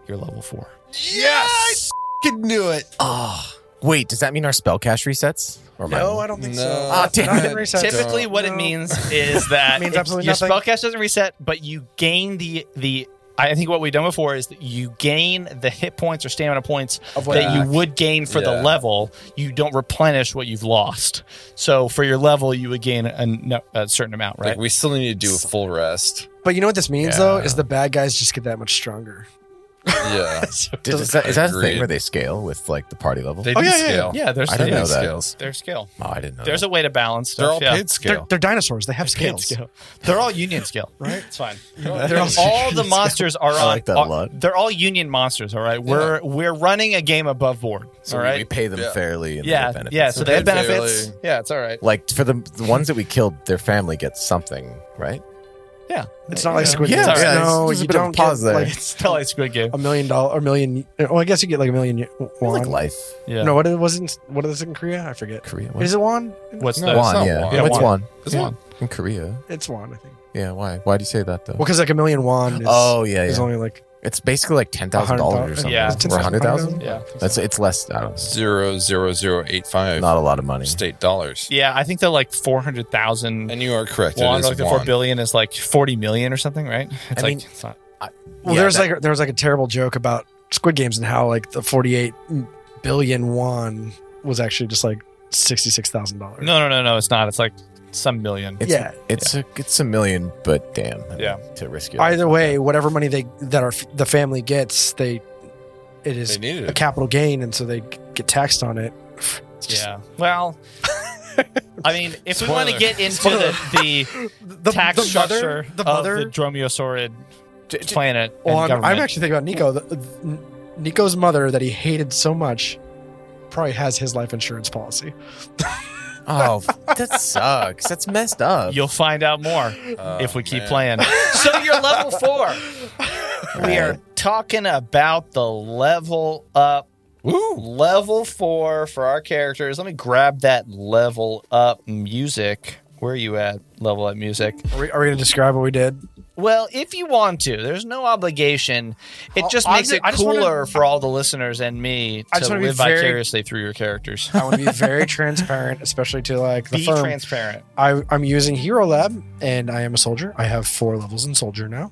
you're level four. Yes! Can do it. Ah. Wait, does that mean our spell cash resets? Or Oh my- No, I don't think so. No. Ah, damn Nothing it. resets. Typically, No. what it means is that Means if absolutely your nothing. spellcast doesn't reset, but you gain the the. I think what we've done before is that you gain the hit points or stamina points Of what- that you would gain for the Yeah. level. You don't replenish what you've lost. So for your level, you would gain a, no- a certain amount, right? Like we still need to do a full rest. But you know what this means though is the bad guys just get that much stronger. Yeah. Did- is that, is that a Agreed. thing where they scale with like the party level? They Oh, do yeah, yeah, scale. yeah, there's I don't They know do that. scales. their scale. Oh, I didn't know. There's a way to balance stuff. They're all yeah. paid They're, scale. they're dinosaurs. They have Paid scales. scale. They're all union scale, right? It's fine. They're all- all the monsters are on. I like that a are- lot. They're all union monsters. All right, we're we're running a game above board. so all we- right, we pay them Yeah. fairly. And yeah, they benefits. yeah. So they have They barely- benefits. Yeah, it's all right. like for the, the ones that we killed, their family gets something, right? Yeah, It's not like Yeah. Squid Yeah, Games. it's all right. No, There's a you bit of a don't pause get there. like it's not like Squid Game. a million dollar, a million. Well, I guess you get like a million y- won. Like life, Yeah. No, what it wasn't. What is it in Korea? I forget. Korea. Is it won? What's No, the it's One, not yeah. Wan. Yeah, it's Wan. one. It's Yeah. one. In Korea, It's won. I think. yeah. Why? Why do you say that though? Well, because like a million won. Is, oh yeah, is yeah. only like It's basically like ten thousand dollars or $100,000. something. Yeah. or $10,000. hundred thousand. Yeah. That's it's less. I don't Zero zero zero eight know. five Not a lot of money. state dollars. Yeah, I think they're like four hundred thousand. And you are correct. Won, it like is the four one. billion is like forty million or something, right? It's like mean- it's not. Well, Yeah, there's that- like there was like a terrible joke about Squid Games and how like the 48 billion won was actually just like sixty six thousand dollars. No, no, no, no. It's not. It's like some million. It's, yeah. it's a it's a million, but damn. I mean, Yeah. To risk it. Either way, whatever money they that our the family gets, they it They is needed a it. capital gain, and so they get taxed on it. It's just- yeah. Well, I mean, if we want to Spoiler. get into the, the The, tax the mother- structure the of mother the dromaeosaurid J- j- planet and on. oh, I'm government. actually thinking about Nico. The, the- Nico's mother that he hated so much probably has his life insurance policy. oh, that sucks. That's messed up. You'll find out more Oh, if we keep man. playing. so you're level four. We are Right. talking about the level up. Woo! Level four for our characters. Let me grab that level up music. Where are you at, level up music? Are we, are we going to describe what we did? Well, if you want to, there's no obligation. It I'll- just I'll makes ju- it Oh, I just wanna- cooler for all the listeners and me I just to wanna be live very- vicariously through your characters. I want to be very transparent, especially to like the Be firm. transparent. I, I'm using Hero Lab, and I am a soldier. I have four levels in soldier now.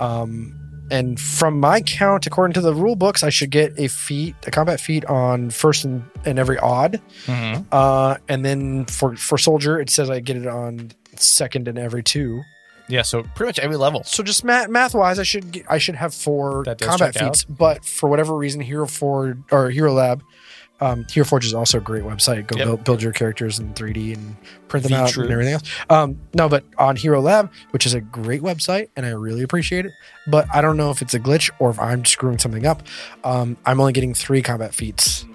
Um, and from my count, according to the rule books, I should get a feat, a combat feat on first and, and every odd. Mhm. Uh, and then for for soldier, it says I get it on second and every two. Yeah, so pretty much every level. So just math, math wise, I should get, I should have four That does combat check out. feats. But for whatever reason, Hero Forge or Hero Lab, um, Hero Forge is also a great website. Go Yep. build, build your characters in 3D and print them out Vtrue. and everything else. Um, no, but on Hero Lab, which is a great website, and I really appreciate it. But I don't know if it's a glitch or if I'm screwing something up. Um, I'm only getting three combat feats,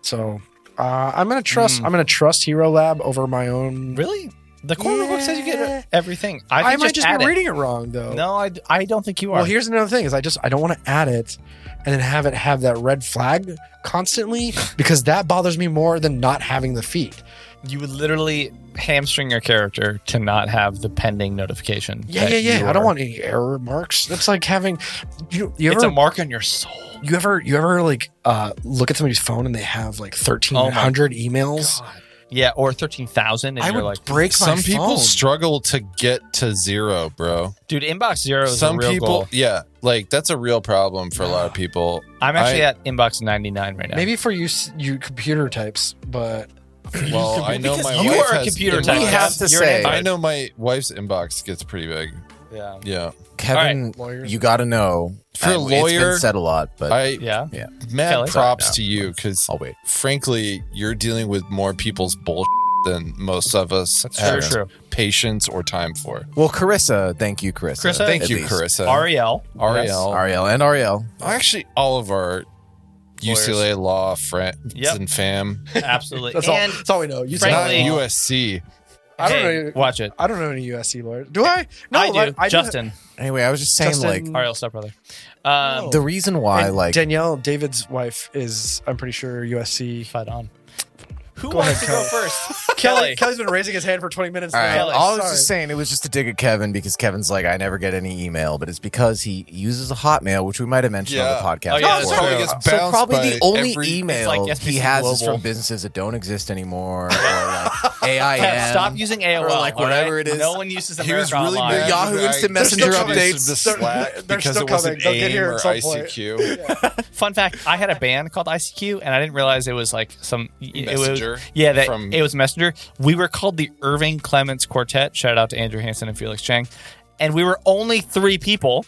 so. Uh, I'm gonna trust. Mm. I'm gonna trust Hero Lab over my own. Really? The core rule book says you Yeah. get everything. I, I, think might just add be it. reading it wrong though. No, I, I don't think you are. Well, here's another thing: is I just I don't want to add it, and then have it have that red flag constantly because that bothers me more than not having the feet. you would literally hamstring your character to not have the pending notification. Yeah, that yeah, you yeah. I don't are- want any error marks. That's like having you. You It's ever a mark on your soul. you ever you ever like uh look at somebody's phone and they have like thirteen hundred emails. Yeah, or 13,000. And I you're would like, break my Some people phone. struggle to get to zero, bro. dude, inbox zero is Some a real people, goal. yeah, like that's a real problem for a lot of people. I'm actually I- at inbox 99 right now. Maybe for you s- you computer types, but Well, I know Because my you wife are a has computer inbox. type. We have to You're an say- Android. I know my wife's inbox gets pretty big. Yeah. Yeah, Kevin, lawyers. you got to know. For a uh, it's lawyer, been said a lot, but I Yeah. mad Kelly? props No. to you because I'll wait. frankly, you're dealing with more people's bullshit than most of us That's have true. patience or time for. Well, Carissa, thank you, Carissa. Carissa? Thank at you, least. Carissa. Ariel. Ariel. Ariel and Ariel. Actually, all of our employers. UCLA Law, friends Yep. and fam. Absolutely. That's and all. That's all we know. You said Not Frankly- that. USC. I don't hey, know. Watch it. I don't know any USC lawyers. Do I? No, I do. like, Justin, Anyway, I was just saying, Justin- like, Ariel stepbrother. Um, the reason why, and like, Danielle, David's wife, is I'm pretty sure USC. Fight on. um, Who Go wants ahead, to Kelly. go first? Kelly. Kelly. Kelly's been raising his hand for 20 minutes. all right, now. Kelly, all I was Sorry. just saying, it was just a dig at Kevin because Kevin's like, I never get any email, but it's because he uses a Hotmail, which we might have mentioned Yeah. on the podcast. Oh, yeah, that's before. right. Probably gets So bounced probably by the only every- email It's like SBC he has is Global. from businesses that don't exist anymore, or like AIM. Kev, stop using AOL. or like all right? whatever it is. No one uses He was America really Online. mad Yahoo that I Instant introduced Messenger him to updates. Slack They're- they're because still it wasn't coming. They'll AIM get here or at some point. ICQ. Fun fact: I had a band called ICQ, and I didn't realize it was like some it was- Messenger yeah, that from- it was Messenger. We were called the Irving Clements Quartet. Shout out to Andrew Hansen and Felix Chang, and we were only three people,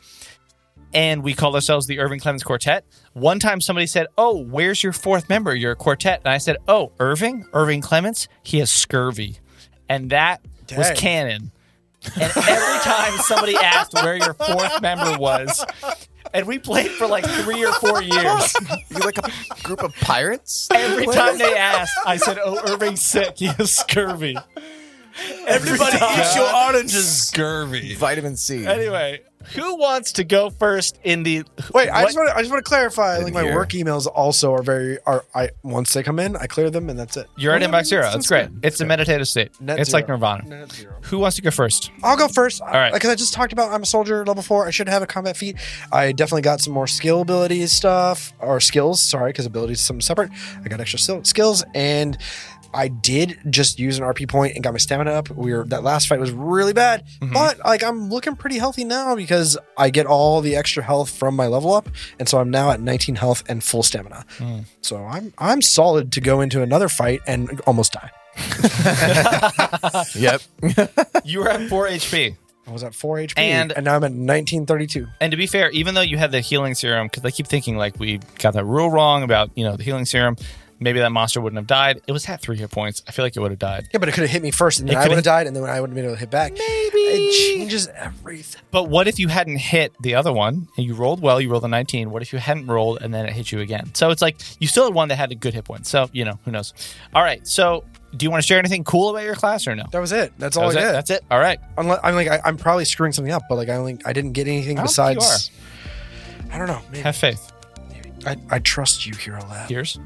and we called ourselves the Irving Clements Quartet. One time, somebody said, "Oh, where's your fourth member? You're a quartet," and I said, "Oh, Irving, Irving Clements. He has scurvy," and that was Dang. canon. And every time somebody asked where your fourth member was, and we played for like three or four years. You like a group of pirates? Every time they asked, I said, "Oh, Irving's sick. He has scurvy." Everybody eats your oranges. Scurvy. Vitamin C. Anyway, who wants to go first in the? Wait, I what- just want to. I just want to clarify. Like Didn't my hear. work emails also are very. Are I once they come in, I clear them and that's it. You're at inbox zero. That's great. It's a good. meditative state. Net It's like zero. Nirvana. Who wants to go first? I'll go first. All right. Because I just talked about I'm a soldier level four. I should have a combat feat. I definitely got some more skill abilities stuff or skills. Sorry, because abilities is something separate. I got extra skill- skills and. I did just use an RP point and got my stamina up. We were that last fight was really bad, Mm-hmm. but like I'm looking pretty healthy now because I get all the extra health from my level up, and so I'm now at 19 health and full stamina. Mm. So I'm I'm solid to go into another fight and almost die. Yep. You were at four HP, I was at 4 HP And- and now I'm at 1932. and to be fair, even though you had the healing serum, because I keep thinking like we got that rule wrong about you know the healing serum. Maybe that monster wouldn't have died. It was at three hit points. I feel like it would have died. Yeah, but it could have hit me first, and then It I would coulda- have died, and then I wouldn't have been able to hit back. Maybe it changes everything. But what if you hadn't hit the other one and you rolled well, you rolled a 19? What if you hadn't rolled and then it hit you again? So it's like you still had one that had a good hit point. So, you know, who knows? All right. So, do you want to share anything cool about your class or no? That was it. That's all That was I it? did. That's it. All right. Unless, I'm like I, I'm probably screwing something up, but like I only I didn't get anything I don't think besides. I don't know. Maybe Have faith. I, I trust you, Hero Lab, Yours?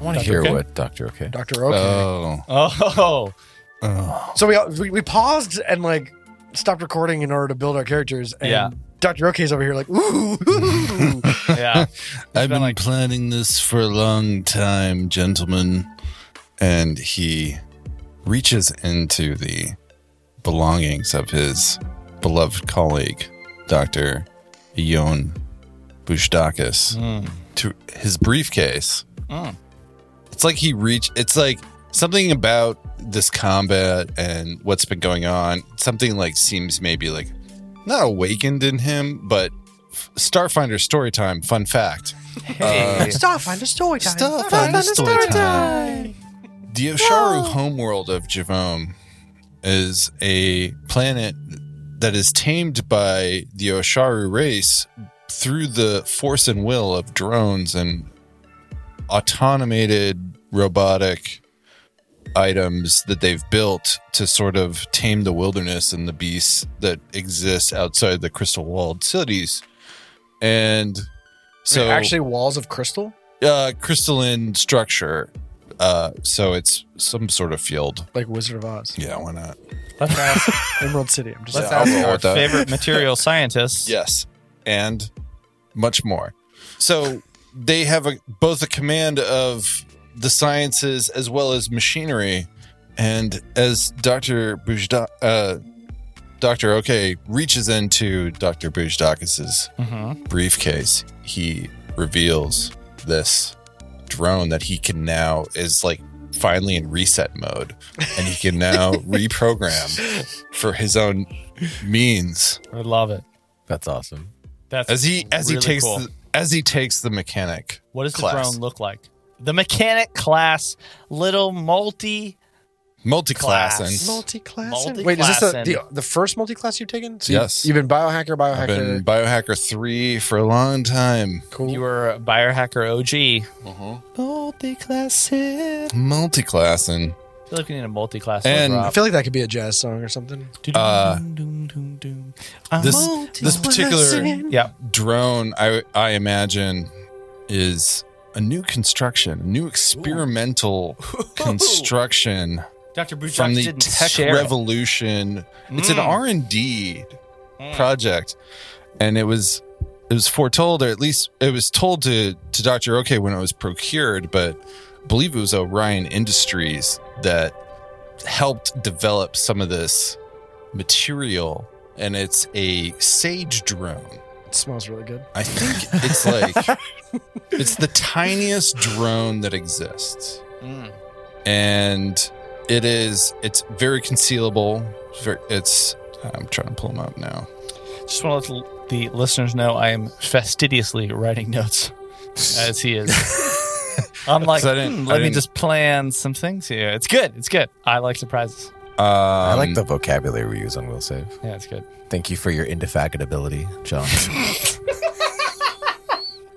I want to Dr. hear Okay? what Doctor Okay. Doctor Okay. Oh. Oh, so we, all- we we paused and like stopped recording in order to build our characters. And Yeah. Doctor Ok's over here like ooh. ooh. yeah. I've been been like- planning this for a long time, gentlemen. And he reaches into the belongings of his beloved colleague, Dr. Ion Bouchdakis, Hmm. to his briefcase. Mm. It's like he reached, it's like something about this combat and what's been going on. Something like seems maybe like not awakened in him, but Starfinder story time. Fun fact. Hey. Starfinder story time. Starfinder story time. The Osharu homeworld of Javom is a planet that is tamed by the Osharu race through the force and will of drones and automated robotic items that they've built to sort of tame the wilderness and the beasts that exist outside the crystal walled cities. And so actually, walls of crystal. uh, crystalline structure. Uh, so it's some sort of field. Like Wizard of Oz, Yeah, why not? Let's ask, Emerald City. I'm just let's Yeah, I'll ask roll our with that. favorite material scientists. Yes, and much more. So they have a, both a command of the sciences as well as machinery. And as Doctor Bujda, uh, Doctor OK reaches into Doctor Bujdakis's Mhm. briefcase, he reveals this drone that he can now is like finally in reset mode and he can now reprogram for his own means I love it. That's awesome. That's as he as he really takes cool. the, as he takes the mechanic What does class. the drone look like? The mechanic class, little multi Multi-class. Class. and- Multi-class. Multi-class Wait, is this the, and- the, the first multi-class you've taken? So Yes. You, have been biohacker, biohacker. I've been biohacker three for a long time. cool. You were a biohacker OG. Uh-huh. Multi-class hit. Multi-classing. I feel like we need a multi-class. And- I feel like that could be a jazz song or something. Uh, this- this particular- yeah. drone i i imagine is a new construction a new experimental construction Dr. Bruchak from the didn't tech share it. revolution it's an Mm. r&d Mm. project and it was it was foretold or at least it was told to to dr okay when it was procured but I believe it was orion industries that helped develop some of this material and it's a sage drone It smells really good. I think it's like it's the tiniest drone that exists, Mm. and it is it's very concealable. It's ver- It's I'm trying to pull them up now. Just want to let the- the listeners know I am fastidiously writing notes as he is. I'm like, So I didn't- "Hmm, I let me didn't- just plan some things here. It's good. It's good. I like surprises. Um, I like the vocabulary we use on Will Save. Yeah, it's good. Thank you for your indefatigability, John.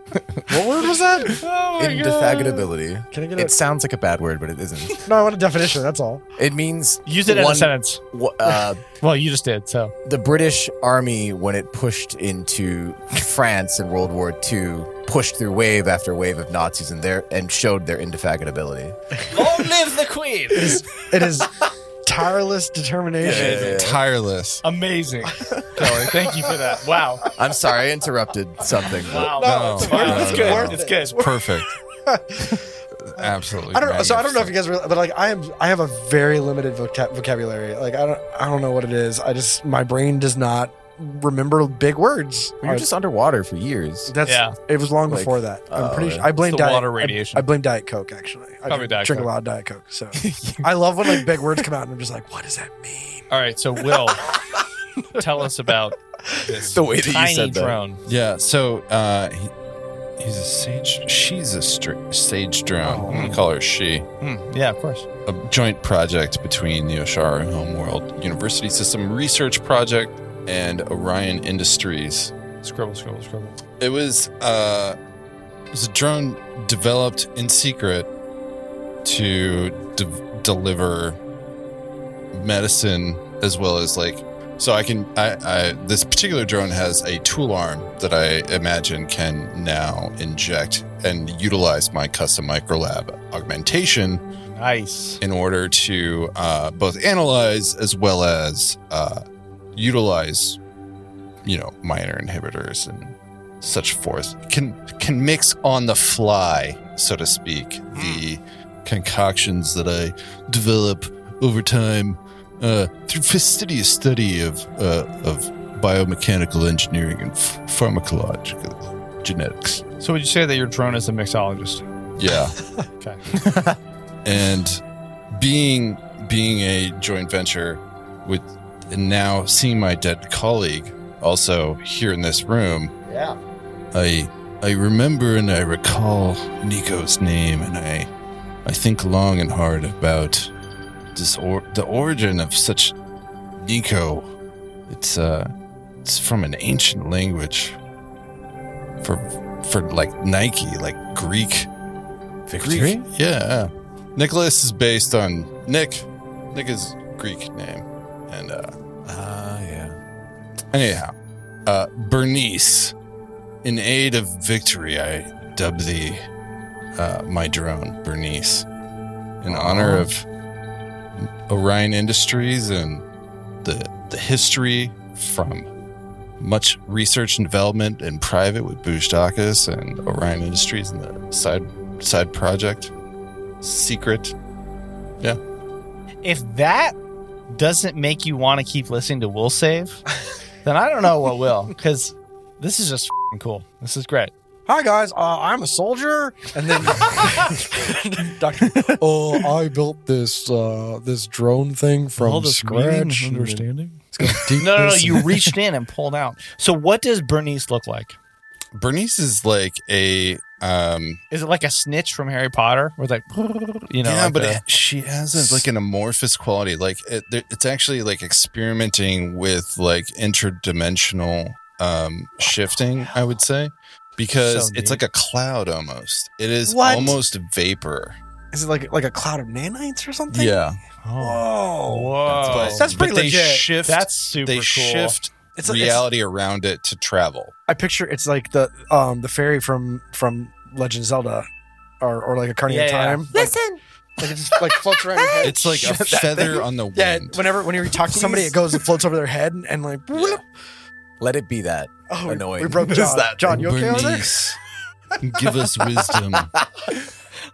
What word was that? Oh indefatigability. Can I get It sounds like a bad word, but it isn't. a? No, I want a definition. That's all. It means Use it in one- a sentence. wh- uh, Well, you just did, so. the British army, when it pushed into France in World War II, pushed through wave after wave of Nazis and their and showed their indefatigability. Long live the queen! It is, it is tireless determination. tireless. Amazing. Kelly, thank you for that. Wow. I'm sorry, I interrupted something. but- Wow. No, it's, it's worth it. good. Worth it's it. good. Perfect. Absolutely. I don't. So I don't know if you magnificent. guys, realize, but like I am, I have a very limited vocab- vocabulary. Like I don't, I don't know what it is. I just my brain does not remember big words. We were just underwater for years. That's Yeah. it was long Like, before that. oh, I'm pretty. really? sure. I blame It's the diet water I- radiation. I, blame diet coke actually. I Probably drink, Diet drink Coke. a lot of diet coke. So I love when like big words come out and I'm just like, what does that mean? All right, so Will, tell us about this The way that you tiny said that. drone. Yeah. So uh, he, he's a sage. She's a str- sage drone. Oh. I'm gonna call her she. Hmm, yeah, of course. a joint project between the Oshara Homeworld University System Research Project and Orion Industries. Scribble, scribble, scribble. It was, uh, it was a drone developed in secret to de- deliver medicine as well as like so I can I, I this particular drone has a tool arm that I imagine can now inject and utilize my custom microlab augmentation Nice. in order to uh, both analyze as well as uh, utilize, you know, minor inhibitors and such forth. Can can mix on the fly, so to speak, the concoctions that I develop over time uh, through fastidious study of uh, of biomechanical engineering and ph- pharmacological genetics. So would you say that your drone is a mixologist? Yeah. Okay. and being being a joint venture with and now seeing my dead colleague also here in this room Yeah. i i remember and i recall nico's name and i i think long and hard about this or the origin of such nico it's uh it's from an ancient language for for like nike like greek Greek? Yeah. Nicholas is based on Nick. Nick is Greek name. And uh Ah, yeah. anyhow. Uh Bernice. In aid of victory, I dub the uh my drone Bernice. In honor of Orion Industries and the the history from much research and development in private with Bujdakis and Orion Industries and the side side project. Secret If that doesn't make you want to keep listening to Will Save, then I don't know what will, because this is just fing cool. This is great. Hi guys, uh, I'm a soldier, and then Doctor. "Uh, oh, I built this uh, this drone thing from scratch. and No, no, no. You reached in and pulled out. So what does Bernice look like? Bernice is like a um Is it like a snitch from Harry Potter? Where it's like, you know, yeah, like but the- it- she has a, like an amorphous quality. Like it, there- it's actually like experimenting with like interdimensional um shifting. I would say because So neat. it's like a cloud almost. It is What? almost vapor. Is it like like a cloud of nanites or something? Yeah, oh, Whoa. whoa, but, That's pretty but they legit. Shift, that's super they cool. shift It's, it's reality around it to travel. I picture it's like the um the fairy from from Legend of Zelda, or or like a Carnival Yeah, yeah. Time. Listen, like, it just like floats around your head. It's like a Shit, that feather thing. on the wind. Yeah, whenever whenever you talk to somebody, it goes and floats over their head and, and like. bloop. Let it be that. Oh, we- Annoying. we broke What John. is that? John, you okay over there? Bernice, give us wisdom.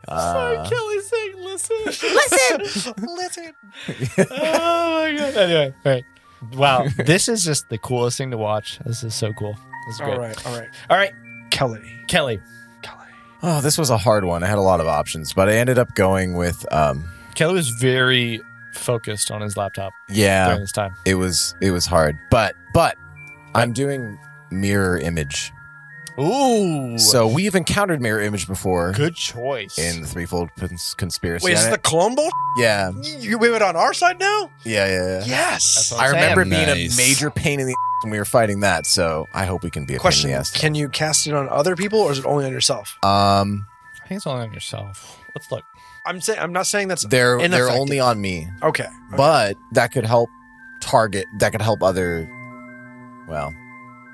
Uh, Kelly's saying, "Listen, listen, listen." oh my god! Anyway, all right. Wow, this is just the coolest thing to watch. This is so cool. This is great. All right, all right, all right, Kelly. Kelly. Oh, this was a hard one. I had a lot of options, but I ended up going with um Kelly was very focused on his laptop yeah, during this time. it was it was hard. But but I'm doing mirror image. Ooh, So we've encountered mirror image before good choice. in the threefold Cons- conspiracy. Wait, is I- this the Columbo? yeah, You wait, wait, on our side now? yeah, yeah, yeah. Yes. That's I remember Sam, it being nice. a major pain in the ass when we were fighting that. So I hope we can be a Question: pain in the ass. Can you cast it on other people, or is it only on yourself? Um, I think it's only on yourself. Let's look. I'm saying I'm not saying that's they're they're Ineffective. only on me, okay. but that could help target. That could help other. Well,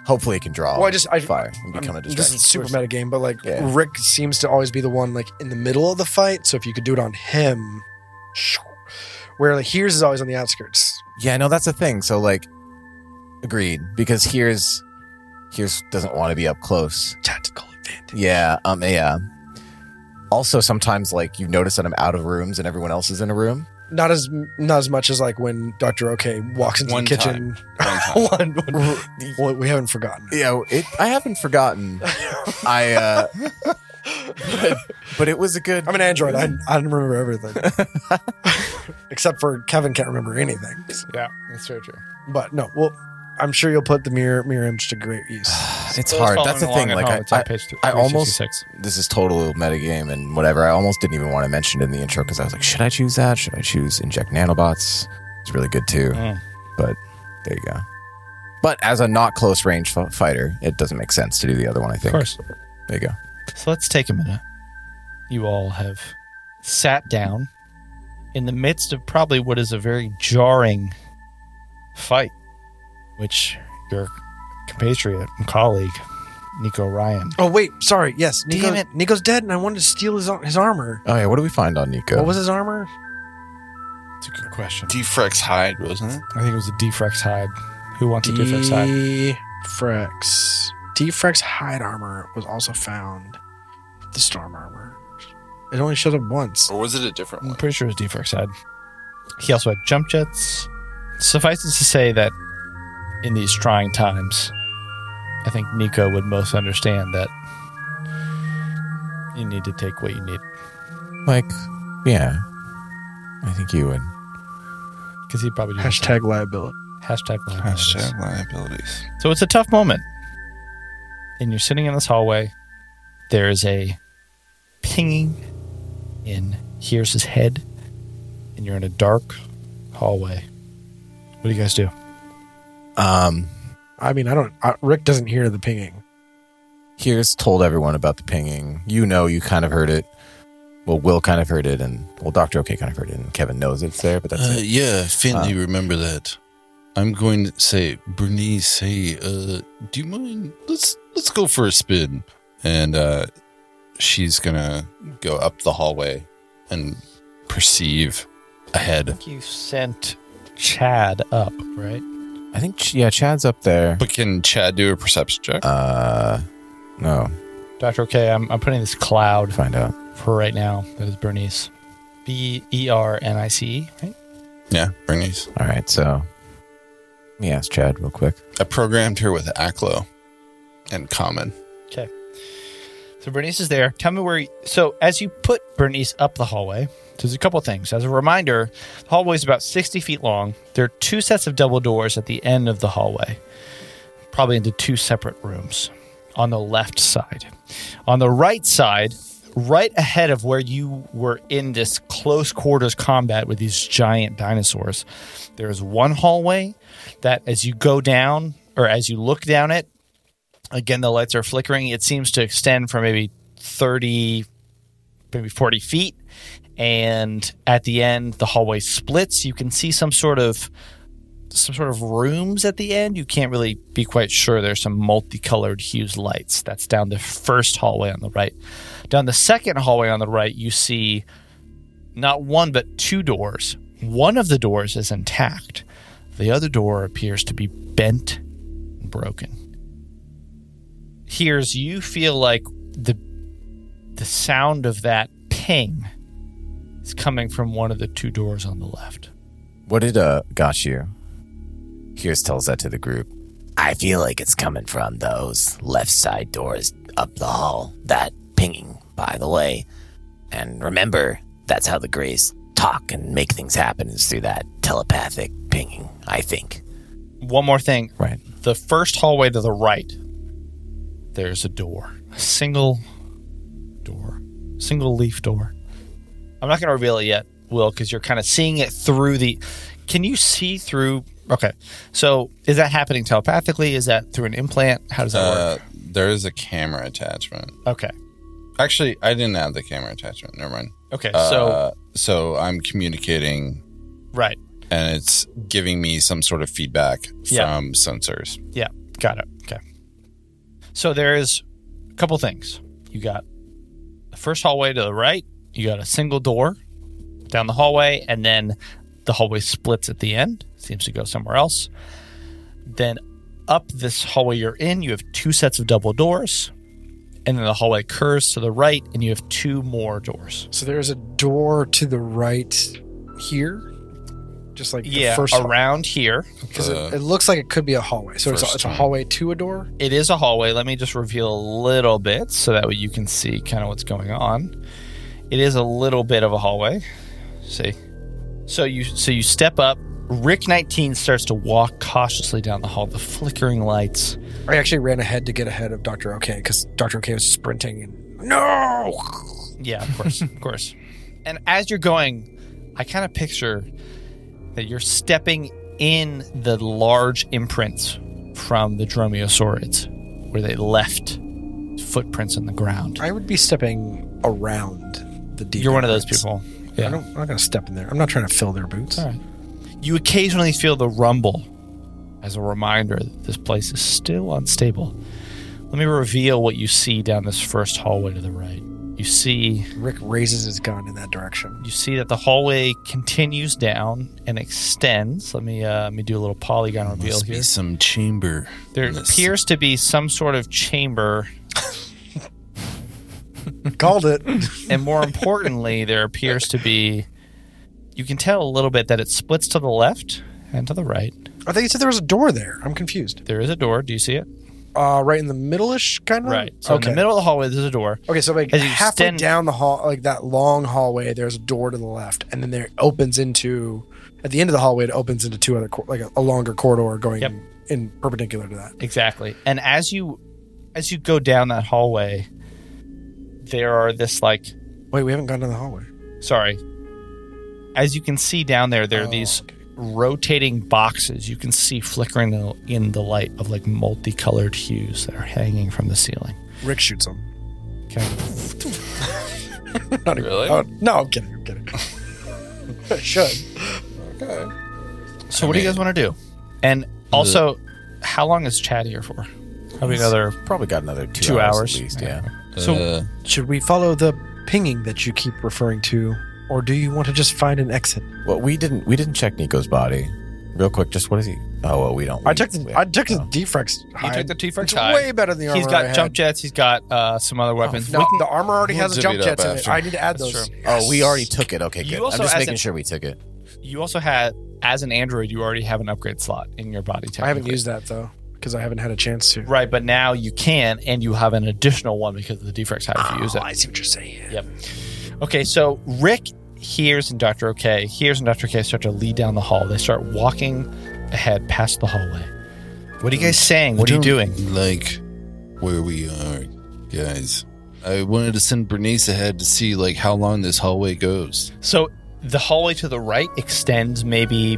hopefully it can draw. Well, I just- I- fire and become a I'm- distraction. This is super meta game, but like Yeah. Rick seems to always be the one like in the middle of the fight. So if you could do it on him, shoo, where like here's is always on the outskirts. Yeah, no, that's the thing. So like, agreed because here's here's doesn't want to be up close. Tactical advantage. Yeah, um, yeah. Also, sometimes like you notice that I'm out of rooms and everyone else is in a room. Not as not as much as like when Doctor OK walks into One the kitchen. One time. One- one- well, we haven't forgotten. You know, it. I haven't forgotten. I. uh but, but it was a good. I'm an android. I, I don't remember everything, except for Kevin can't remember anything. Yeah, that's very true. But no, well, I'm sure you'll put the mirror mirror image to great use. It's hard. That's the thing. Like I, I, page th- I almost- 366. this is total metagame and whatever. I almost didn't even want to mention it in the intro because I was like, should I choose that? Should I choose inject nanobots? It's really good too. Mm. But there you go. But as a not close range f- fighter, it doesn't make sense to do the other one. I of think. course. There you go. So let's take a minute. You all have sat down in the midst of probably what is a very jarring fight, which your compatriot and colleague, Nico Ryan. Oh wait, sorry. Yes, Nico, Damn it. Nico's dead, and I wanted to steal his ar- his armor. Oh yeah. What do we find on Nico? What was his armor? It's a good question. Defrex hide, wasn't it? I think it was a Defrex hide. Who wants a Defrex hide? Defrex. Defrex hide armor was also found. with The storm armor. It only showed up once. Or was it a different I'm one? pretty sure it was Defrex hide. He also had jump jets. Suffice it to say that in these trying times, I think Nico would most understand that you need to take what you need. like? Yeah. I think you would. Because he probably did Hashtag liability. hashtag liabilities. Hashtag liabilities. So it's a tough moment. And you're sitting in this hallway. There is a pinging in. Here's his head. And you're in a dark hallway. What do you guys do? Um. I mean, I don't. I, Rick doesn't hear the pinging. Here's told everyone about the pinging. You know, you kind of heard it. Well, Will kind of heard it, and well, Doctor OK kind of heard it, and Kevin knows it's there, but that's Uh, it. yeah, faintly Uh. remember that. I'm going to say, Bernice, hey, uh, do you mind? Let's let's go for a spin. And uh, she's gonna go up the hallway and perceive ahead. You sent Chad up, right? I think Ch- yeah, Chad's up there. But can Chad do a perception check? Uh, no, Dr. Okay, I'm, I'm putting this cloud find out. for right now. That is Bernice. B E R N I C E, right? yeah, Bernice. All right, so let me ask Chad real quick. I programmed her with Aclo and Common. So Bernice is there. Tell me where. You, so as you put Bernice up the hallway, there's a couple things. As a reminder, the hallway is about 60 feet long. There are two sets of double doors at the end of the hallway, probably into two separate rooms. on the left side. On the right side, right ahead of where you were in this close quarters combat with these giant dinosaurs, there is one hallway that as you go down or as you look down it, again, the lights are flickering. It seems to extend for maybe 30, maybe 40 feet. And at the end, the hallway splits. You can see some sort of some sort of rooms at the end. You can't really be quite sure. There's some multicolored hues lights. That's down the first hallway on the right. Down the second hallway on the right, you see not one but two doors. One of the doors is intact. The other door appears to be bent and broken. Here's you feel like the the sound of that ping is coming from one of the two doors on the left. What did uh Gashir? Hears tells that to the group. I feel like it's coming from those left side doors up the hall. That pinging, by the way. And remember, that's how the Greys talk and make things happen is through that telepathic pinging, I think. One more thing. Right. The first hallway to the right, there's a door. A single door. Single leaf door. I'm not going to reveal it yet, Will, because you're kind of seeing it through the. Can you see through? Okay. So is that happening telepathically? Is that through an implant? How does that Uh, work? there is a camera attachment. Okay. Actually, I didn't have the camera attachment. Never mind. Okay. so, Uh, so I'm communicating, right. and it's giving me some sort of feedback from Yeah. sensors. Yeah, got it. Okay. So there's a couple things. You got the first hallway to the right, you got a single door down the hallway, and then the hallway splits at the end, seems to go somewhere else. Then up this hallway you're in, you have two sets of double doors, and then the hallway curves to the right, and you have two more doors. So there's a door to the right here, just like Yeah, the first around here. because Uh, it, it looks like it could be a hallway. So it's a, first it's a one. hallway to a door. it is a hallway. Let me just reveal a little bit so that way you can see kind of what's going on. It is a little bit of a hallway. See. So you so you step up. Rick 19 starts to walk cautiously down the hall, the flickering lights. I actually ran ahead to get ahead of Doctor OK because Doctor OK was sprinting and no. Yeah, of course, of course. And as you're going, I kind of picture that you're stepping in the large imprints from the dromaeosaurids where they left footprints in the ground. I would be stepping around the deep. You're one of those entrance. people. I don't, I'm not gonna step in there. I'm not trying to fill their boots. All right. You occasionally feel the rumble as a reminder that this place is still unstable. Let me reveal what you see down this first hallway to the right. You see Rick raises his gun in that direction. you see that the hallway continues down and extends. Let me uh, let me do a little polygon reveal here. some chamber. There in this. appears to be some sort of chamber, Called it. and more importantly, there appears to be you can tell a little bit that it splits to the left and to the right. I think you said there was a door there. I'm confused. There is a door. Do you see it? Uh, right in the middle-ish, kind of. Right. So okay. in the middle of the hallway, there's a door. Okay, so like As you halfway extend- down the hall, like that long hallway, there's a door to the left, and then there opens into at the end of the hallway, it opens into two other cor- like a, a longer corridor going Yep. in perpendicular to that. Exactly. And as you as you go down that hallway, there are this like Wait, we haven't gone down the hallway. sorry. As you can see down there, there are Oh, these rotating boxes you can see flickering in the, in the light of like multicolored hues that are hanging from the ceiling. Rick shoots him. Okay. Not even- Really? Oh, no, I'm kidding. I'm kidding. I should. So what do you mean- guys want to do? And also, how long is Chad here for? Probably another. Probably got another two, Two hours, hours. at least. Yeah. So Uh, Should we follow the pinging that you keep referring to, or do you want to just find an exit? Well, we didn't we didn't check Nico's body. Real quick, just what is he? Oh well, we don't. I we- took the we- I took the oh. defrex. you took hide. the T for It's Chad. way better than the armor. He's I got had. Oh, jump jets. He's got uh, some other weapons. No, We can- the armor already We'll has divvy jump it up jets in it. after. I need to add That's those. true. Oh, we already took it. Okay, You good. also I'm just as making an- sure we took it. You also had, as an android, you already have an upgrade slot in your body. I haven't technically. used that though because I haven't had a chance to. right, but now you can, and you have an additional one because of the defrex hide if you use it. Oh, see what you're saying. Okay, so Rick hears and Doctor OK hears and Doctor OK start to lead down the hall. They start walking ahead past the hallway. What are you guys saying? What are you doing? Like where we are, guys. I wanted to send Bernice ahead to see like how long this hallway goes. So the hallway to the right extends maybe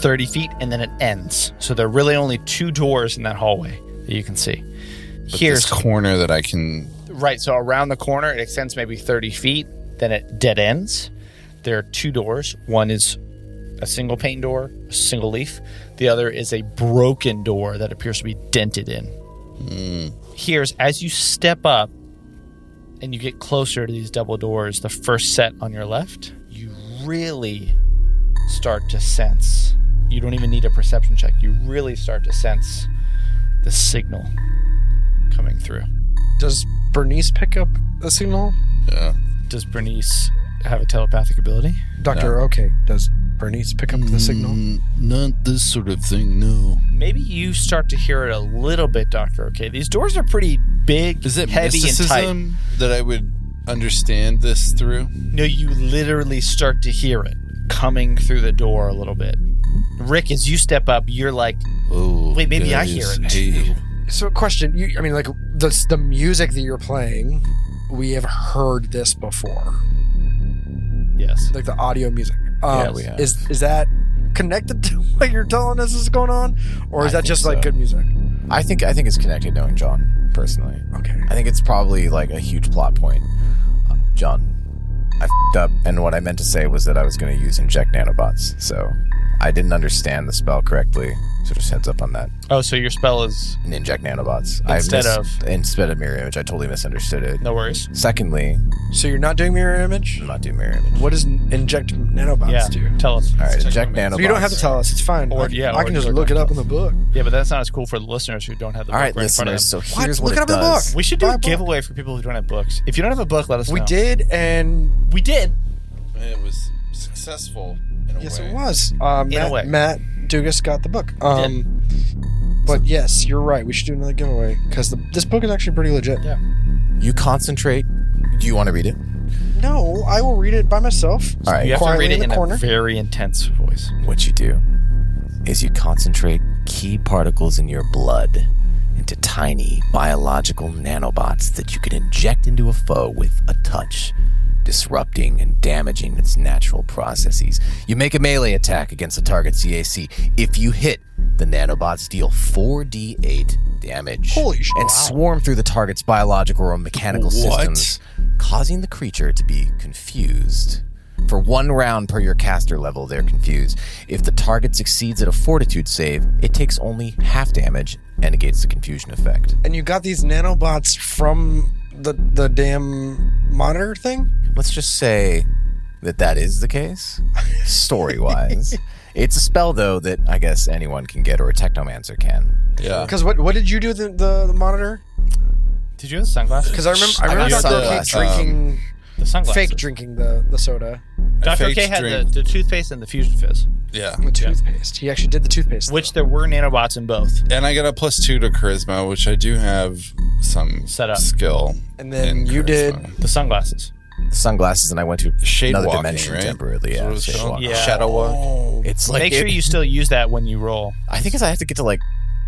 30 feet and then it ends. So there are really only two doors in that hallway that you can see. But Here's this corner that I can. right. So around the corner, it extends maybe 30 feet, then it dead ends. There are two doors. One is a single pane door, a single leaf. The other is a broken door that appears to be dented in. Here's as you step up and you get closer to these double doors, the first set on your left, you really start to sense. You don't even need a perception check. You really start to sense the signal coming through. Does Bernice pick up a signal? Yeah. Does Bernice have a telepathic ability? Doctor, okay. Does Bernice pick up the signal? Mm, not this sort of thing. No. Maybe you start to hear it a little bit, Doctor. Okay, these doors are pretty big, Is it heavy, and mysticism that I would understand this through? tight. No, you literally start to hear it coming through the door a little bit. Rick, as you step up, you're like, Oh, Wait, maybe I hear guys, it hey. So, question. You, I mean, like the the music that you're playing, we have heard this before, yes. like the audio music. Um, Yeah, we have. Is is that connected to what you're telling us is going on, or is I that just think like so. good music? I think I think it's connected. Knowing John personally, Okay. I think it's probably like a huge plot point. Uh, John, I fed up, and what I meant to say was that I was going to use inject nanobots, so I didn't understand the spell correctly. So just heads up on that. Oh, so your spell is And inject nanobots I Instead mis- instead of mirror image, I totally misunderstood it. no worries. Secondly, So you're not doing mirror image. I'm not doing mirror image. What does n- inject nanobots Yeah, do? tell us. All right, inject nanobots. nanobots. So you don't have to tell us. It's fine. Or- I, yeah, I or can just just look it look up in the book. Yeah, but that's not as cool for the listeners who don't have the All book right, right in listeners. front So What? here's Look what, it it up in the does. of them. We should do Buy a a book. giveaway for people who don't have books. If you don't have a book, let us We know. did, and We did. It was successful. In a yes, way. it was. Uh, In a Matt, way. Matt Dugas got the book. Um, but yes, you're right. We should do another giveaway because this book is actually pretty legit. You concentrate. Do you want to read it? No, I will read it by myself. All right. You have to Quietly read in it the in corner. a very intense voice. What you do is you concentrate key particles in your blood into tiny biological nanobots that you can inject into a foe with a touch, disrupting and damaging its natural processes. You make a melee attack against the target's CAC. If you hit, the nanobots deal 4d8 damage Holy sh- and swarm through the target's biological or mechanical What? systems, causing the creature to be confused. For one round per your caster level, they're confused. If the target succeeds at a fortitude save, it takes only half damage and negates the confusion effect. And you got these nanobots from the the damn monitor thing. Let's just say that that is the case, story wise. it's a spell, though, that I guess anyone can get or a technomancer can. Yeah. Because what what did you do with the, the, the monitor? Did you have the sunglasses? Because I remember I I remember got Doctor K sunglasses. drinking The sunglasses. fake drinking the the soda. Dr. Fake K had drink. the, the toothpaste and the fusion fizz, Yeah. The toothpaste. He actually did the toothpaste. which there were nanobots in both. And I got a plus two to charisma, which I do have some Set up. skill. And then in you did- charisma. The sunglasses. Sunglasses, and I went to Shade another walking, dimension right? temporarily. That's what Yeah, it was shade called? walking. Yeah. Shadow walk. It's like Make sure it- you still use that when you roll. I think it's I have to get to like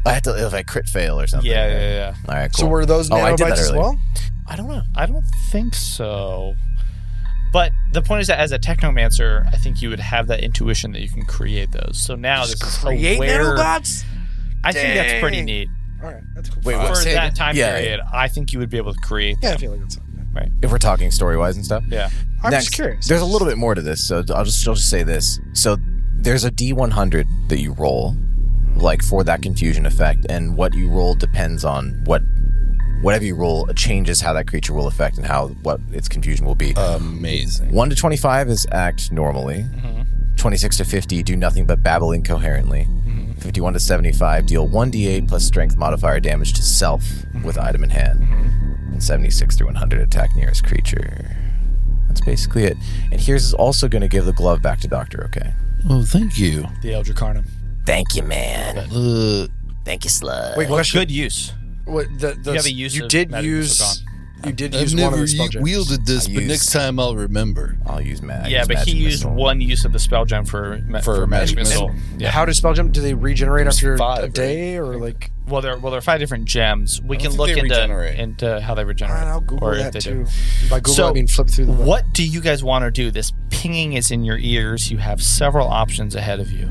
I have to if I crit fail or something. Yeah, yeah, yeah. All right, cool. So were those Oh, I nanobots did that as earlier. well? I don't know. I don't think so. But the point is that as a technomancer, I think you would have that intuition that you can create those. So now this is Create aware. nanobots. I think that's pretty Dang. neat. All right, that's cool. Wait, what? For say that again? time Yeah, period, I think you would be able to create. Yeah, I feel like that's. If we're talking story wise and stuff. Yeah. I'm Next, just curious. There's a little bit more to this, so I'll just I'll just say this. So there's a D100 that you roll, like for that confusion effect, and what you roll depends on what whatever you roll changes how that creature will affect and how what its confusion will be. Oh. Amazing. 1 to 25 is act normally. Mm-hmm. 26 to 50 do nothing but babble incoherently. 51 to 75 deal 1d8 plus strength modifier damage to self Mm-hmm. with item in hand. And 76 through 100 attack nearest creature. That's basically it. And here's is also going to give the glove back to Doctor, okay? Oh, thank you. The Elder Carnum. Thank you, man. Uh, Thank you, slug. Wait, question. Good use. What, the, the, you have a use you of did magic use missile You did I've use one of never the spell u- jams. wielded this, but I used- next time I'll remember. I'll use ma- I yeah, use but magic he used missile. one use of the spell gem for ma- For for, magic magic missile. Yeah. How do spell jump? Do they regenerate There's after five, a right? day or like? well, there well there are five different gems. We I can don't look think they into regenerate. into how they regenerate. I'll Google or if that they do. too. By Google, So, I mean flip through the. web. What do you guys want to do? This pinging is in your ears. You have several options ahead of you.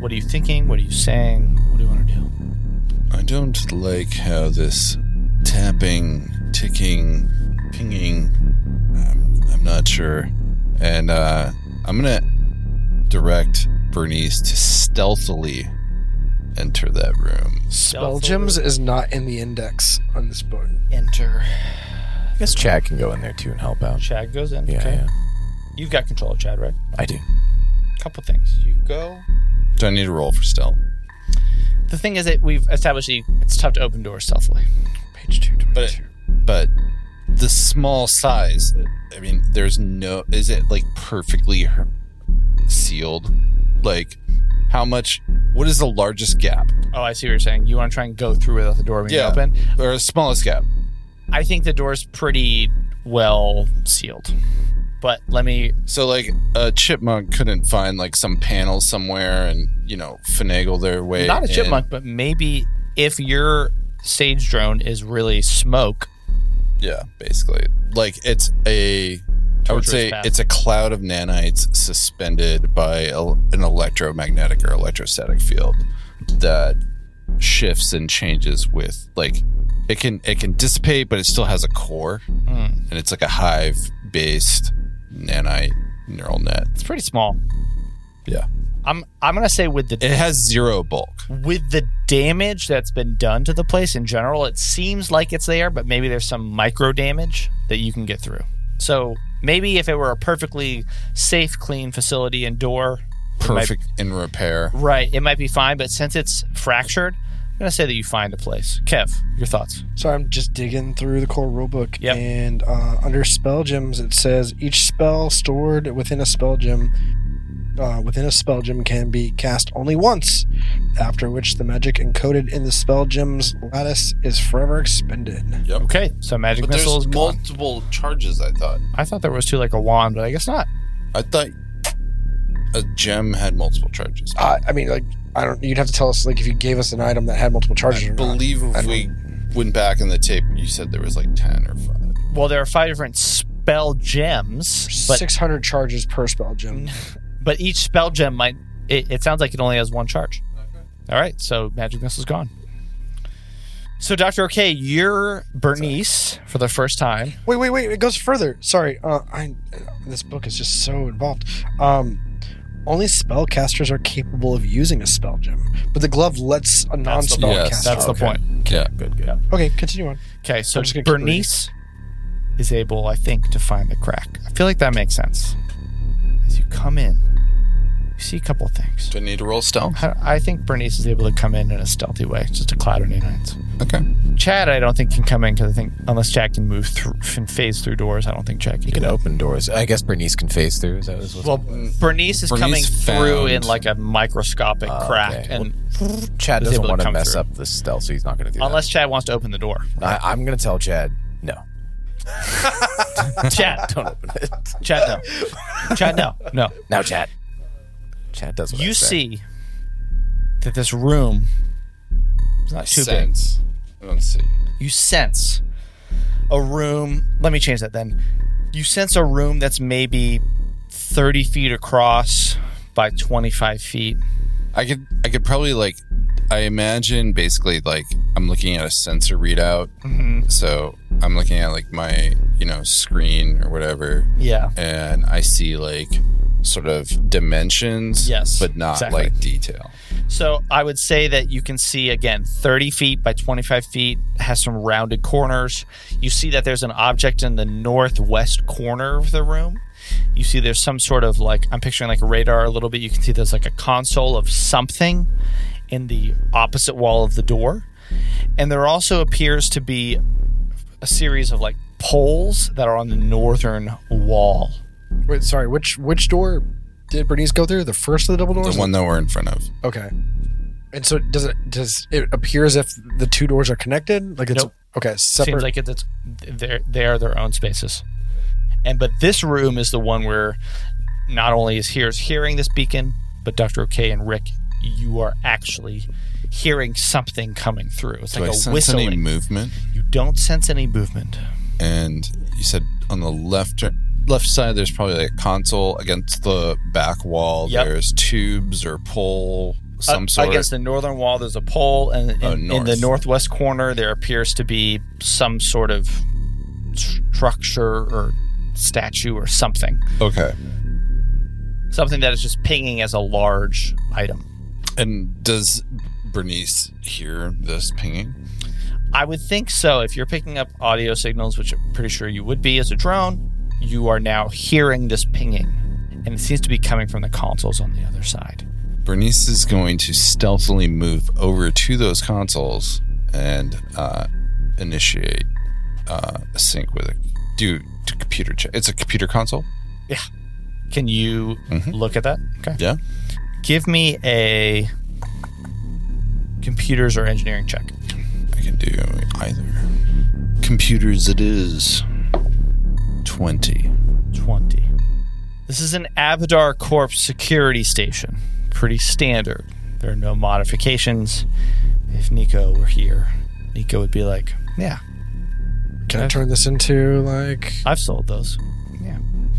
What are you thinking? What are you saying? What do you want to do? I don't like how this tapping, ticking, pinging. I'm, I'm not sure. And uh, I'm going to direct Bernice to stealthily enter that room. Spell gems is not in the index on this book. Enter. I guess Chad can go in there too and help out. Chad goes in. Yeah, okay. yeah. You've got control of Chad, right? I do. Couple things. You go. Do I need to roll for stealth? The thing is that we've established that you- it's tough to open doors stealthily. Page two twenty-two. But but the small size. I mean, there's no. Is it like perfectly her- sealed? Like, how much? What is the largest gap Oh, I see what you're saying. You want to try and go through without the door being Yeah. open. or the smallest gap? I think the door's pretty well sealed. But let me So like a chipmunk couldn't find like some panel somewhere and you know finagle their way. not a in. chipmunk, but maybe if your sage drone is really smoke, Yeah, basically. Like it's a. I would Torturous say path. it's a cloud of nanites suspended by a, an electromagnetic or electrostatic field that shifts and changes with like it can it can dissipate, but it still has a core, Hmm. and it's like a hive based nanite neural net. it's pretty small. Yeah, I'm I'm gonna say with the it has zero bulk. with the damage that's been done to the place in general, it seems like it's there, but maybe there's some micro damage that you can get through. So maybe if it were a perfectly safe, clean facility and door, it might- Perfect in repair. right? It might be fine, but since it's fractured, I'm gonna say that you find a place. Kev, your thoughts? So I'm just digging through the core rulebook, Yep. and uh, under spell gems, it says each spell stored within a spell gem, uh, within a spell gem, can be cast only once, after which the magic encoded in the spell gem's lattice is forever expended. Okay, so magic But missile there's is gone. multiple charges. I thought. I thought there was two like a wand, but I guess not. I thought a gem had multiple charges. Uh, I mean, like I don't. You'd have to tell us like if you gave us an item that had multiple charges. I or not. believe I if don't- we went back in the tape, you said there was like ten or five. Well, there are five different spell gems, but 600 charges per spell gem. but each spell gem might. It, it sounds like it only has one charge. All right, so magic missile's gone. So Doctor OK, you're Bernice for the first time. Wait, wait, wait! It goes further. Sorry, uh, I this book is just so involved. Um, only spellcasters are capable of using a spell gem, but the glove lets a the non-spellcaster. point. Yes, That's the point. Yeah. Good, good. Okay, continue on. Okay, so I'm just gonna keep Bernice is able, I think, to find the crack. I feel like that makes sense. As you come in, you see a couple things. Do I need to roll stealth? I I think Bernice is able to come in in a stealthy way, just a cloud of nanites. Okay. Chad, I don't think can come in because I think unless Chad can move through and phase through doors, I don't think Chad can. You do can that. open doors. I guess Bernice can phase through. Is that what's Well, Bernice is Bernice coming through found- in like a microscopic Oh, crack, okay. and Chad is doesn't able to want to come mess through. up the stealth, so he's not going to do unless Chad wants to open the door, that. I, I'm going to tell Chad no. Chad, Don't open it. Chad, no, Chad, no, no. now, Chad. Chad does what I You say. see that this room is not too big. Sense. I don't see. you sense a room. Let me change that then. You sense a room that's maybe 30 feet across by 25 feet. I could. I could probably like. I imagine basically like I'm looking at a sensor readout. Mm-hmm. So I'm looking at like my you know screen or whatever, Yeah. and I see like sort of dimensions. Yes, But not exactly. like detail. So I would say that you can see again 30 feet by 25 feet, has some rounded corners. You see that there's an object in the northwest corner of the room. You see there's some sort of like, I'm picturing like a radar a little bit. You can see there's like a console of something in the opposite wall of the door. And there also appears to be a series of like poles that are on the northern wall. Wait, sorry. Which which door did Bernice go through? The first of the double The doors. one that we're in front of. Okay. And so does it does it appear as if the two doors are connected? Like it's Nope. Okay, separate. Seems like it, it's they're they are their own spaces. And but this room is the one where not only is here's hearing this beacon, but Dr. OK and Rick, you are actually hearing something coming through. It's Do I like a sense whistling. any movement? you don't sense any movement. And you said on the left left side, there's probably like a console against the back wall. Yep. Uh, There's tubes or pole some Up sort. Against the northern wall, there's a pole, and in, Oh, in the north. northwest corner, there appears to be some sort of structure or statue or something. okay. Something that is just pinging as a large item. And does Bernice hear this pinging? I would think so. If you're picking up audio signals, which I'm pretty sure you would be as a drone, you are now hearing this pinging. And it seems to be coming from the consoles on the other side. Bernice is going to stealthily move over to those consoles and uh, initiate uh, a sync with a do to computer check. It's a computer console. Can you Mhm. look at that? Okay. Yeah. Give me a computers or engineering check. I can do either. Computers, it is twenty. 20. This is an Avidar Corp security station. Pretty standard. There are no modifications. If Nico were here, Nico would be like, Yeah, can I turn this into like? I've sold those.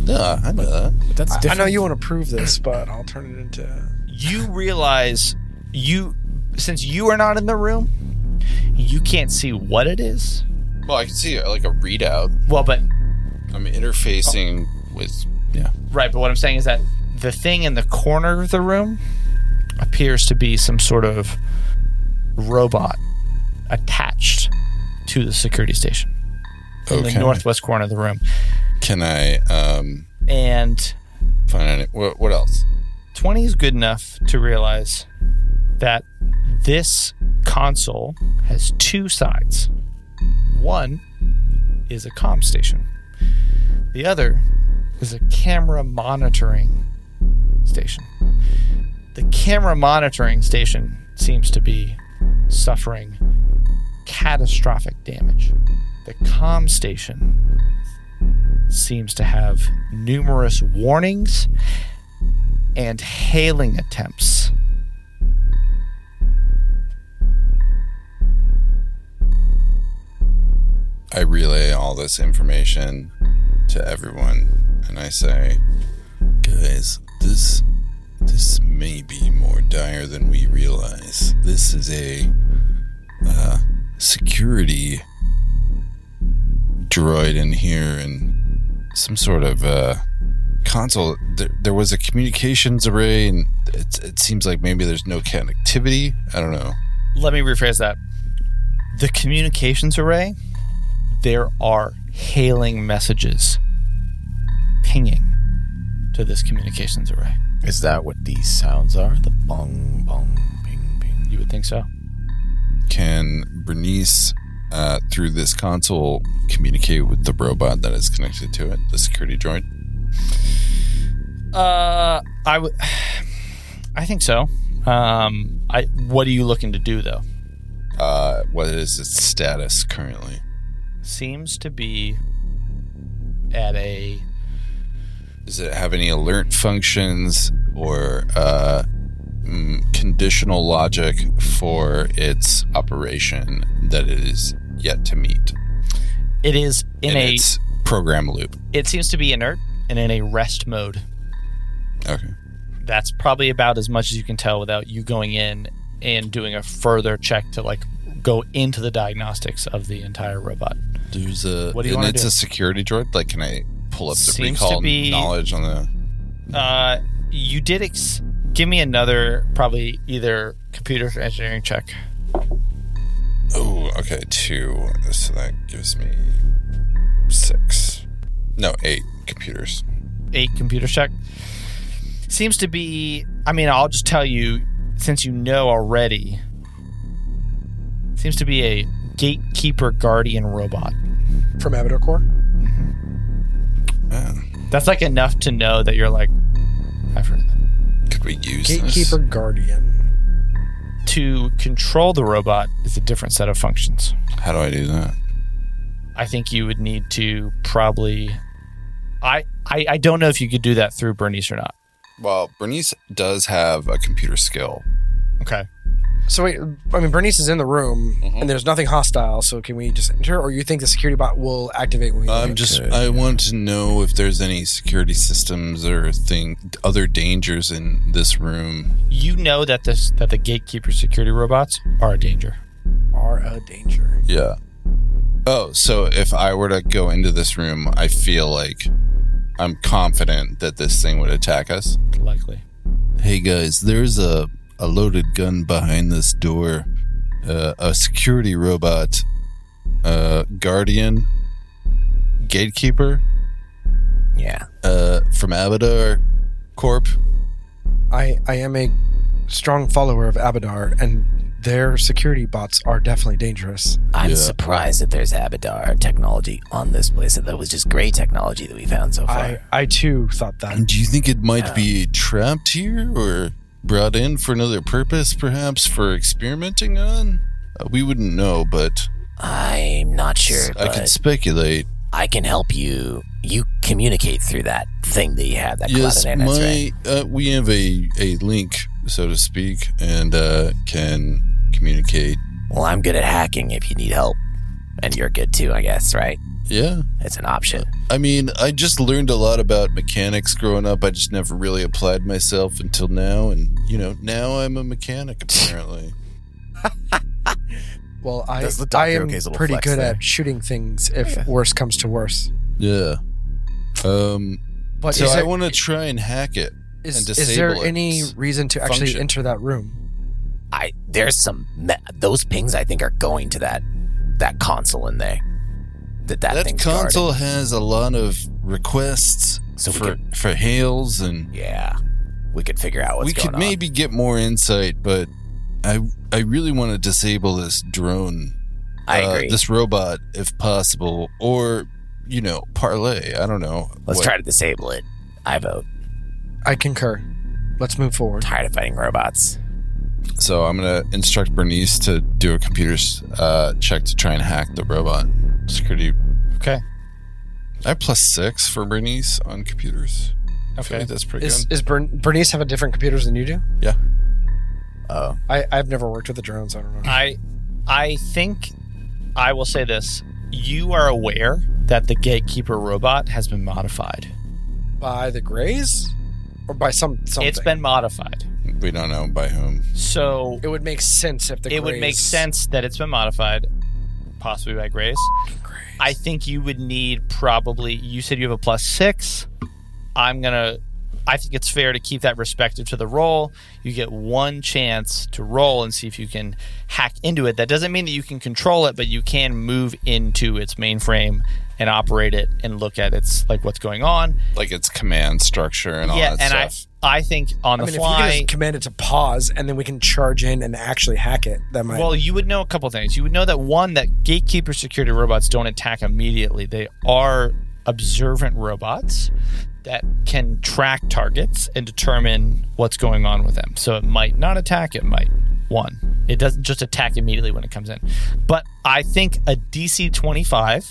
Yeah, I know that. That's I- I different. know you want to prove this, but I'll turn it into. You realize you, since you are not in the room, you can't see what it is. Well, I can see like a readout. Well, but I'm interfacing with yeah. Right, but what I'm saying is that the thing in the corner of the room appears to be some sort of robot attached to the security station in Okay. the northwest corner of the room. Can I um And find any? What, what else? 20 is good enough to realize that this console has two sides. One is a comm station, the other is a camera monitoring station. The camera monitoring station seems to be suffering catastrophic damage. The comm station seems to have numerous warnings and hailing attempts. I relay all this information to everyone and I say, guys, this this may be more dire than we realize. This is a uh, security droid in here and some sort of uh, console. There, there was a communications array, and it, it seems like maybe there's no connectivity. I don't know. Let me rephrase that. The communications array, there are hailing messages pinging to this communications array. Is that what these sounds are? The bong, bong, ping, ping. You would think so. can Bernice, uh, through this console, communicate with the robot that is connected to it, the security droid? Uh, I would. I think so. Um, I. What are you looking to do though? Uh, what is its status currently? Seems to be at a Does it have any alert functions or uh, mm, conditional logic for its operation that it is yet to meet it is in a its program loop? it seems to be inert and in a rest mode Okay. that's probably about as much as you can tell without you going in and doing a further check to like go into the diagnostics of the entire robot. There's a. What do you and wanna it's do? a security droid. Like, can I pull up the Seems to recall be- knowledge on the? Uh, you did ex- give me another probably either computer or engineering check. Oh, okay, two. So that gives me six. No, eight computers. eight computer check. Seems to be. I mean, I'll just tell you, since you know already. Seems to be a gatekeeper guardian robot. From Amador Core? Oh, That's like enough to know that you're like, I've heard of that. could we use this? Gatekeeper Guardian. To control the robot is a different set of functions. How do I do that? I think you would need to probably. I, I I don't know if you could do that through Bernice or not. Well, Bernice does have a computer skill. Okay. So wait, I mean, Bernice is in the room, Mhm. and there's nothing hostile. So can we just enter, or you think the security bot will activate when we? I'm leave? just. Good, I want to know if there's any security systems or thing, other dangers in this room. You know that this that the gatekeeper security robots are a danger. are a danger. Yeah. Oh, so if I were to go into this room, I feel like I'm confident that this thing would attack us. Likely. Hey guys, there's a a loaded gun behind this door. Uh, a security robot, uh, guardian, gatekeeper, Yeah. uh, from Abadar Corp. I I am a strong follower of Abadar, and their security bots are definitely dangerous. I'm Yeah. surprised that there's Abadar technology on this place. That that was just gray technology that we found so far. I I too thought that. And do you think it might be trapped here or brought in for another purpose, perhaps for experimenting on? Uh, we wouldn't know, but I'm not sure, I but can speculate. I can help you. You communicate through that thing that you have, that Yes, cloud antenna, right? my uh, we have a a link, so to speak, and uh, can communicate. Well, I'm good at hacking if you need help. And you're good too, I guess, right? Yeah, It's an option. I mean, I just learned a lot about mechanics growing up. I just never really applied myself until now, and you know, now I'm a mechanic apparently. Well, I That's the Dr. I am Ok's little pretty flex good there. at shooting things if worse comes to worse. yeah. Um. But so is I there, want to try and hack it. is, and is there disable any its reason to actually function. enter that room? I there's some me- those pings I think are going to that that console in there. That that, that thing's console has a lot of requests So we for for hails and guarding. Yeah, we could figure out what's we going could on. maybe get more insight but i i really want to disable this drone I uh, agree. this robot if possible or you know parlay i don't know Let's what- try to disable it. I vote. I concur. Let's move forward. Tired of fighting robots. so i'm gonna instruct bernice to do a computer s- uh, check to try and hack the robot security Okay. i have plus six for bernice on computers i feel Okay. like that's pretty Is good is Bern- Bernice have a different computers than you do? Oh, I I've never worked with the drones. I don't know. I I think I will say this. You are aware that the gatekeeper robot has been modified. by the Greys, or by some something. It's been modified. we don't know by whom So It would make sense if the. it would make Greys- sense that it's been modified, possibly by Grace. I think you would need probably. You said you have a plus six. I'm gonna. I think it's fair to keep that respective to the roll. You get one chance to roll and see if you can hack into it. That doesn't mean that you can control it, but you can move into its mainframe and operate it and look at its like what's going on. like its command structure and all yeah, that and stuff I I think on Oh, I the mean, if fly. we could just command it to pause, and then we can charge in and actually hack it. That might. Well, you would know a couple things. You would know that one, that gatekeeper security robots don't attack immediately. They are observant robots that can track targets and determine what's going on with them. So it might not attack, it might one. It doesn't just attack immediately when it comes in. But I think a DC 25,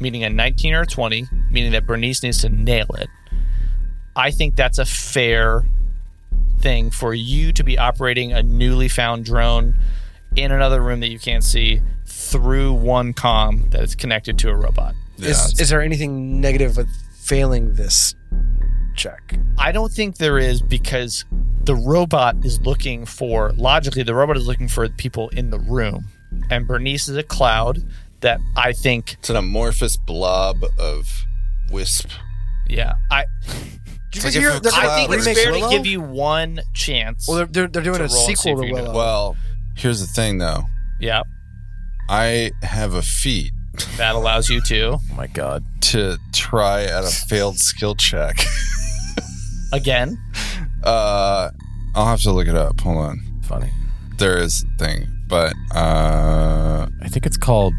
meaning a 19 or a 20, meaning that Bernice needs to nail it. I think that's a fair thing for you to be operating a newly found drone in another room that you can't see through one comm that is connected to a robot. Yeah, is is there anything negative with failing this check? I don't think there is because the robot is looking for logically the robot is looking for people in the room. And Bernice is a cloud that I think It's an amorphous blob of wisp. yeah, I like Because you're- if a they're gonna I think it's remake fair Willow? to give you one chance. Well, they're they're, they're doing To a roll and see sequel if to you can do Willow. Well, here's the thing though. yeah, I have a feat that allows you to oh my god. to try at a failed skill check. again. Uh I'll have to look it up. Hold on. Funny. There is a thing, but uh I think it's called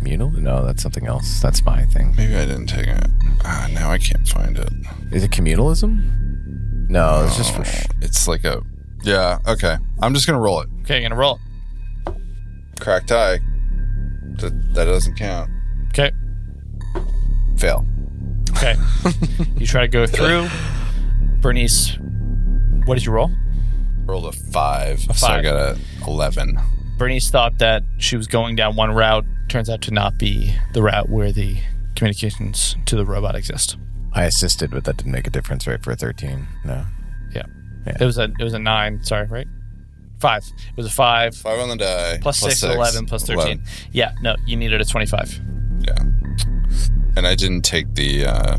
Munal. No, that's something else. That's my thing. maybe I didn't take it. Ah, now I can't find it. Is it communalism? No, it's just for. Sh- It's like a Yeah, okay. I'm just going to roll it. Okay, I'm gonna roll. Cracked eye. That, that doesn't count. Okay. Fail. Okay. you try to go through. Bernice, what did you roll? Rolled a five, so I five. got a eleven. Bernice thought that she was going down one route. Turns out to not be the route where the communications to the robot exist. I assisted, but that didn't make a difference, right? For a 13. No. It was a it was a nine. Sorry, right? Five. It was a five. Five on the die. Plus, plus six, 11, plus 13. 11. Yeah, no, you needed a 25. And I didn't take the. Uh,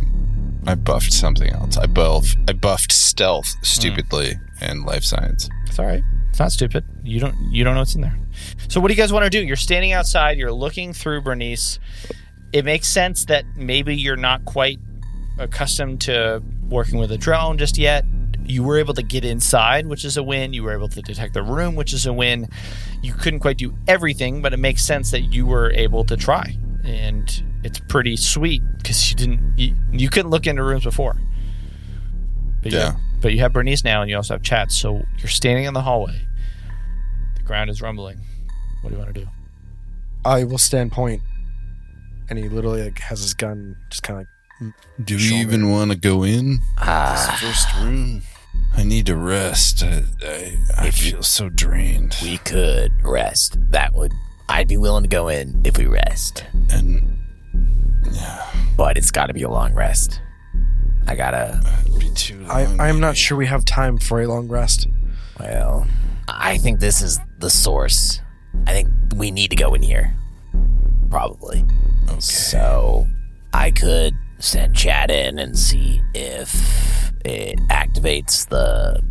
I buffed something else. I buff. I buffed stealth stupidly and life science. It's all right. It's not stupid. You don't you don't know what's in there. So what do you guys want to do? You're standing outside. You're looking through Bernice. It makes sense that maybe you're not quite accustomed to working with a drone just yet. You were able to get inside, which is a win. You were able to detect the room, which is a win. You couldn't quite do everything, but it makes sense that you were able to try, and it's pretty sweet because you didn't you, you couldn't look into rooms before. But you- Yeah. but you have Bernice now, and you also have Chad. So you're standing in the hallway. The ground is rumbling. What do you want to do? I Uh, will stand point. And he literally like has his gun just kind of like Do you even want to go in? this first room. I need to rest. I, I, I feel so drained. We could rest. That would. I'd be willing to go in if we rest, And but it's got to be a long rest. I gotta. it'd be too long. I I'm not sure we have time for a long rest. Well, I think this is the source. I think we need to go in here. Probably. Okay. So I could send Chad in and see if it activates the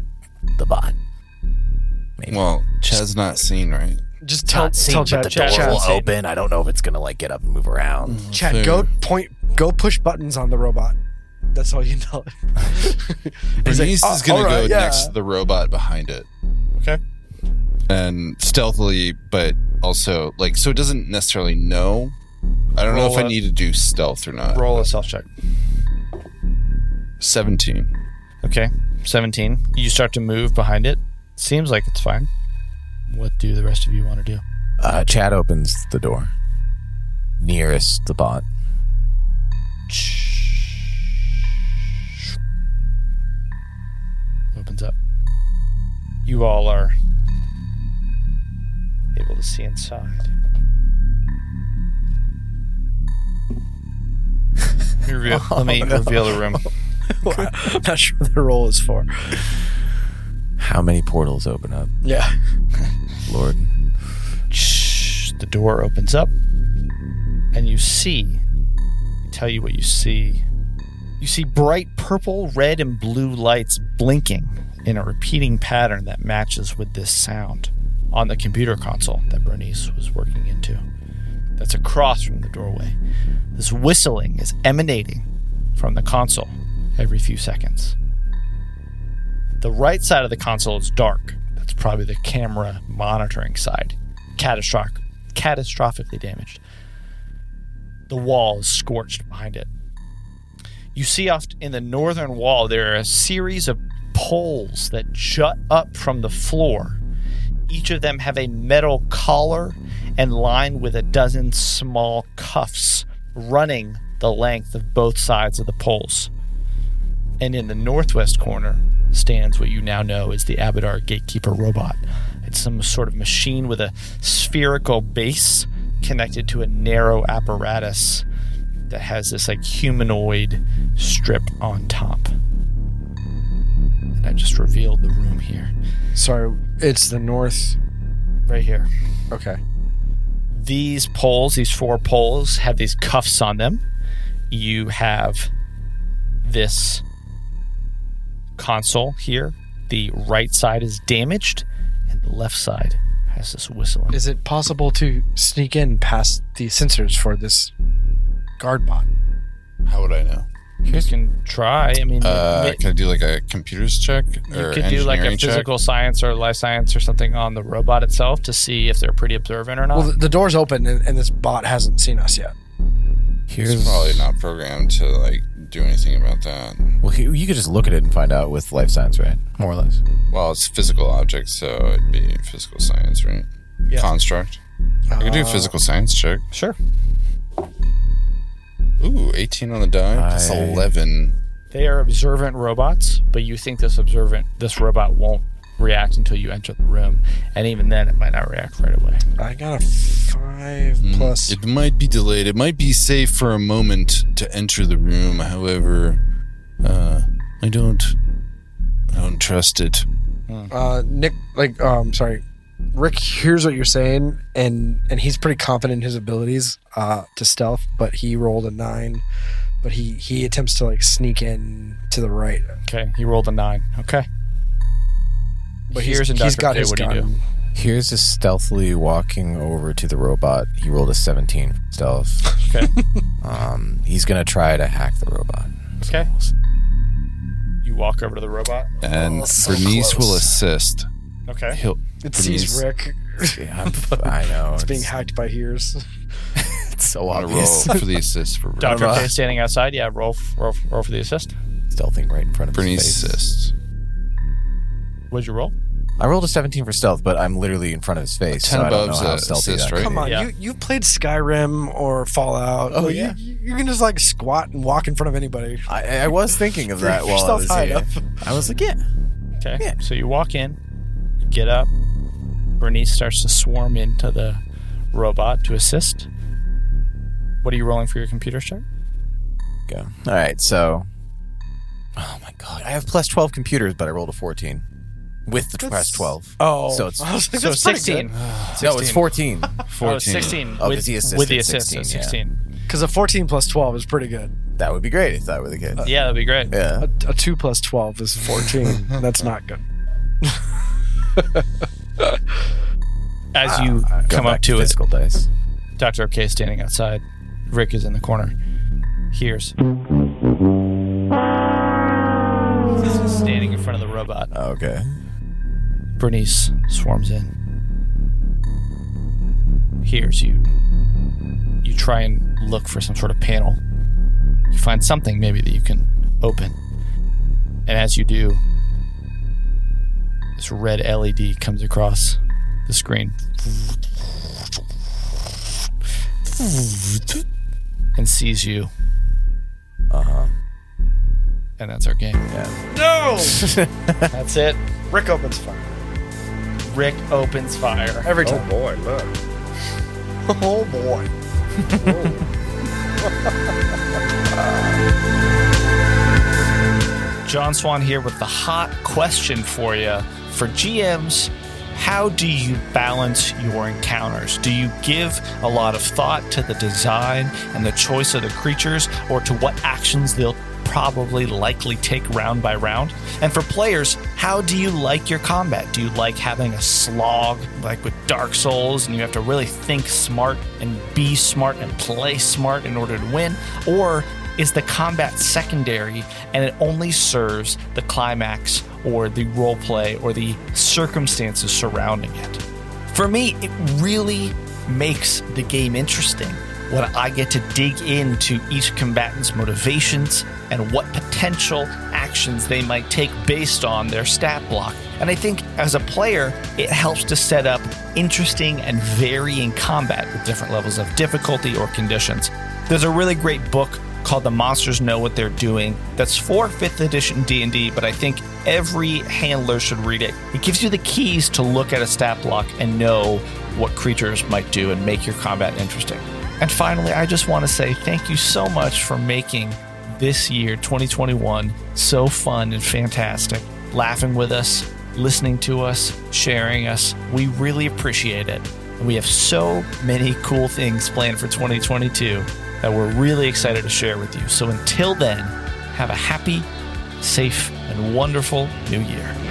the bot. Well, Chad's not seen, right? Just It's tell not seen, tell but Chad the Chad door will Chad, open. I don't know if it's gonna like get up and move around. Chad go point go push buttons on the robot. That's all you know. He's like, Bernice "Oh, is going all to right, go yeah." next to the robot behind it. Okay. And stealthily, but also, like, so it doesn't necessarily know. I don't know Roll if I a- need to do stealth or not. Roll a self check. 17. Okay, 17. You start to move behind it. Seems like it's fine. What do the rest of you want to do? Uh, Chad opens the door nearest the bot. Opens up. You all are able to see inside. Reveal, let me reveal the room. I'm not sure what the role is for. How many portals open up? Yeah. Lord. The door opens up, and you see. Tell you what you see. You see bright purple, red, and blue lights blinking in a repeating pattern that matches with this sound on the computer console that Bernice was working into. That's across from the doorway. This whistling is emanating from the console every few seconds. The right side of the console is dark. That's probably the camera monitoring side. Catastrophic, catastrophically damaged. The wall is scorched behind it. You see off in the northern wall there are a series of poles that jut up from the floor. Each of them have a metal collar and lined with a dozen small cuffs running the length of both sides of the poles and in the northwest corner stands what you now know as the Abadar Gatekeeper robot. It's some sort of machine with a spherical base connected to a narrow apparatus that has this like humanoid strip on top. And I just revealed the room here, Sorry, it's the north. right here. Okay. these poles, these four poles, have these cuffs on them. You have this console here. The right side is damaged, and the left side has this whistling. Is it possible to sneak in past the sensors for this guard bot? How would I know? You can try. I mean, Uh, ma- can I do like a computers check? you could do like a engineering check? physical science or life science or something on the robot itself to see if they're pretty observant or not. Well, the, the door's open and, and this bot hasn't seen us yet. Here's It's probably not programmed to like do anything about that. Well, he- you could just look at it and find out with life science, right? More or less. Well, it's physical objects, so it'd be physical science, right? Yeah. Construct. I could do a physical science check. sure. Ooh, 18 on the die plus I- 11. They are observant robots, but you think this observant, this robot won't react until you enter the room, and even then, it might not react right away. I got a five Mm. plus. It might be delayed. It might be safe for a moment to enter the room. However, uh, I don't. I don't trust it. uh, Nick, like, um, sorry, Rick hears what you're saying, and and he's pretty confident in his abilities uh, to stealth, but he rolled a nine, but he he attempts to like sneak in to the right, Okay, you rolled a nine. Okay. but Here's he's, in he's Dr. got K, his what do you gun. do? Here's is stealthily walking over to the robot. He rolled a 17 for stealth. Okay. Um, he's gonna try to hack the robot. Okay. You walk over to the robot. And Oh, so Bernice close. will assist. Okay. He'll, It sees Bernice. Rick. Yeah, I'm, I know It's being hacked by hears. it's so want to roll obvious. for the assist for Dr. Robot. K standing outside. Yeah, roll, f- roll, f- roll for the assist. Stealthing right in front of Bernice his face. assists. What'd you roll? I rolled a 17 for stealth, but I'm literally in front of his face, so 10 I don't know above how stealthy assist, that. right? Come on, Yeah. you you've played Skyrim or Fallout. Oh, Like, yeah. you, you can just like squat and walk in front of anybody. I, I was thinking of that You're while I stealth was high here. enough. I was like, yeah. Okay. Yeah. So you walk in, you get up. Bernice starts to swarm into the robot to assist. What are you rolling for your computer chart? Go. All right, so. Oh my god, I have plus 12 computers, but I rolled a 14 with the plus 12. Oh, So it's- I was like, So that's pretty Uh, 16. No, it's 14. 14. Oh, 16. Oh, with, 'cause he assisted with the assist. 16, so yeah. 16. good because a fourteen plus twelve is pretty good. that would be great if that were the case. Yeah. that'd be great. yeah. A, a two plus twelve is fourteen. that's not good. As you Ah, Go come back up to it, physical dice. Dr. OK is standing outside. Rick is in the corner. Hears. Standing in front of the robot. Okay. Bernice swarms in. Hears you. You try and look for some sort of panel. You find something maybe that you can open. And as you do, this red LED comes across the screen and sees you. Uh Uh-huh. huh. And that's our game. No, That's it. Rick opens fire Rick opens fire. every time. boy, look. Oh boy. John Swan here with the hot question for you. For GMs, how do you balance your encounters? Do you give a lot of thought to the design and the choice of the creatures or to what actions they'll probably likely take round by round? And for players, how do you like your combat? Do you like having a slog like with Dark Souls and you have to really think smart and be smart and play smart in order to win? Or is the combat secondary and it only serves the climax or the roleplay or the circumstances surrounding it. For me, it really makes the game interesting when I get to dig into each combatant's motivations and what potential actions they might take based on their stat block. And I think as a player, it helps to set up interesting and varying combat with different levels of difficulty or conditions. There's a really great book called The Monsters Know What They're Doing. That's for 5th edition D&D, but I think every handler should read it. It gives you the keys to look at a stat block and know what creatures might do and make your combat interesting. And finally, I just want to say thank you so much for making this year 2021 so fun and fantastic. Laughing with us, listening to us, sharing us. We really appreciate it. And we have so many cool things planned for 2022 that we're really excited to share with you. So until then, have a happy, safe, and wonderful new year.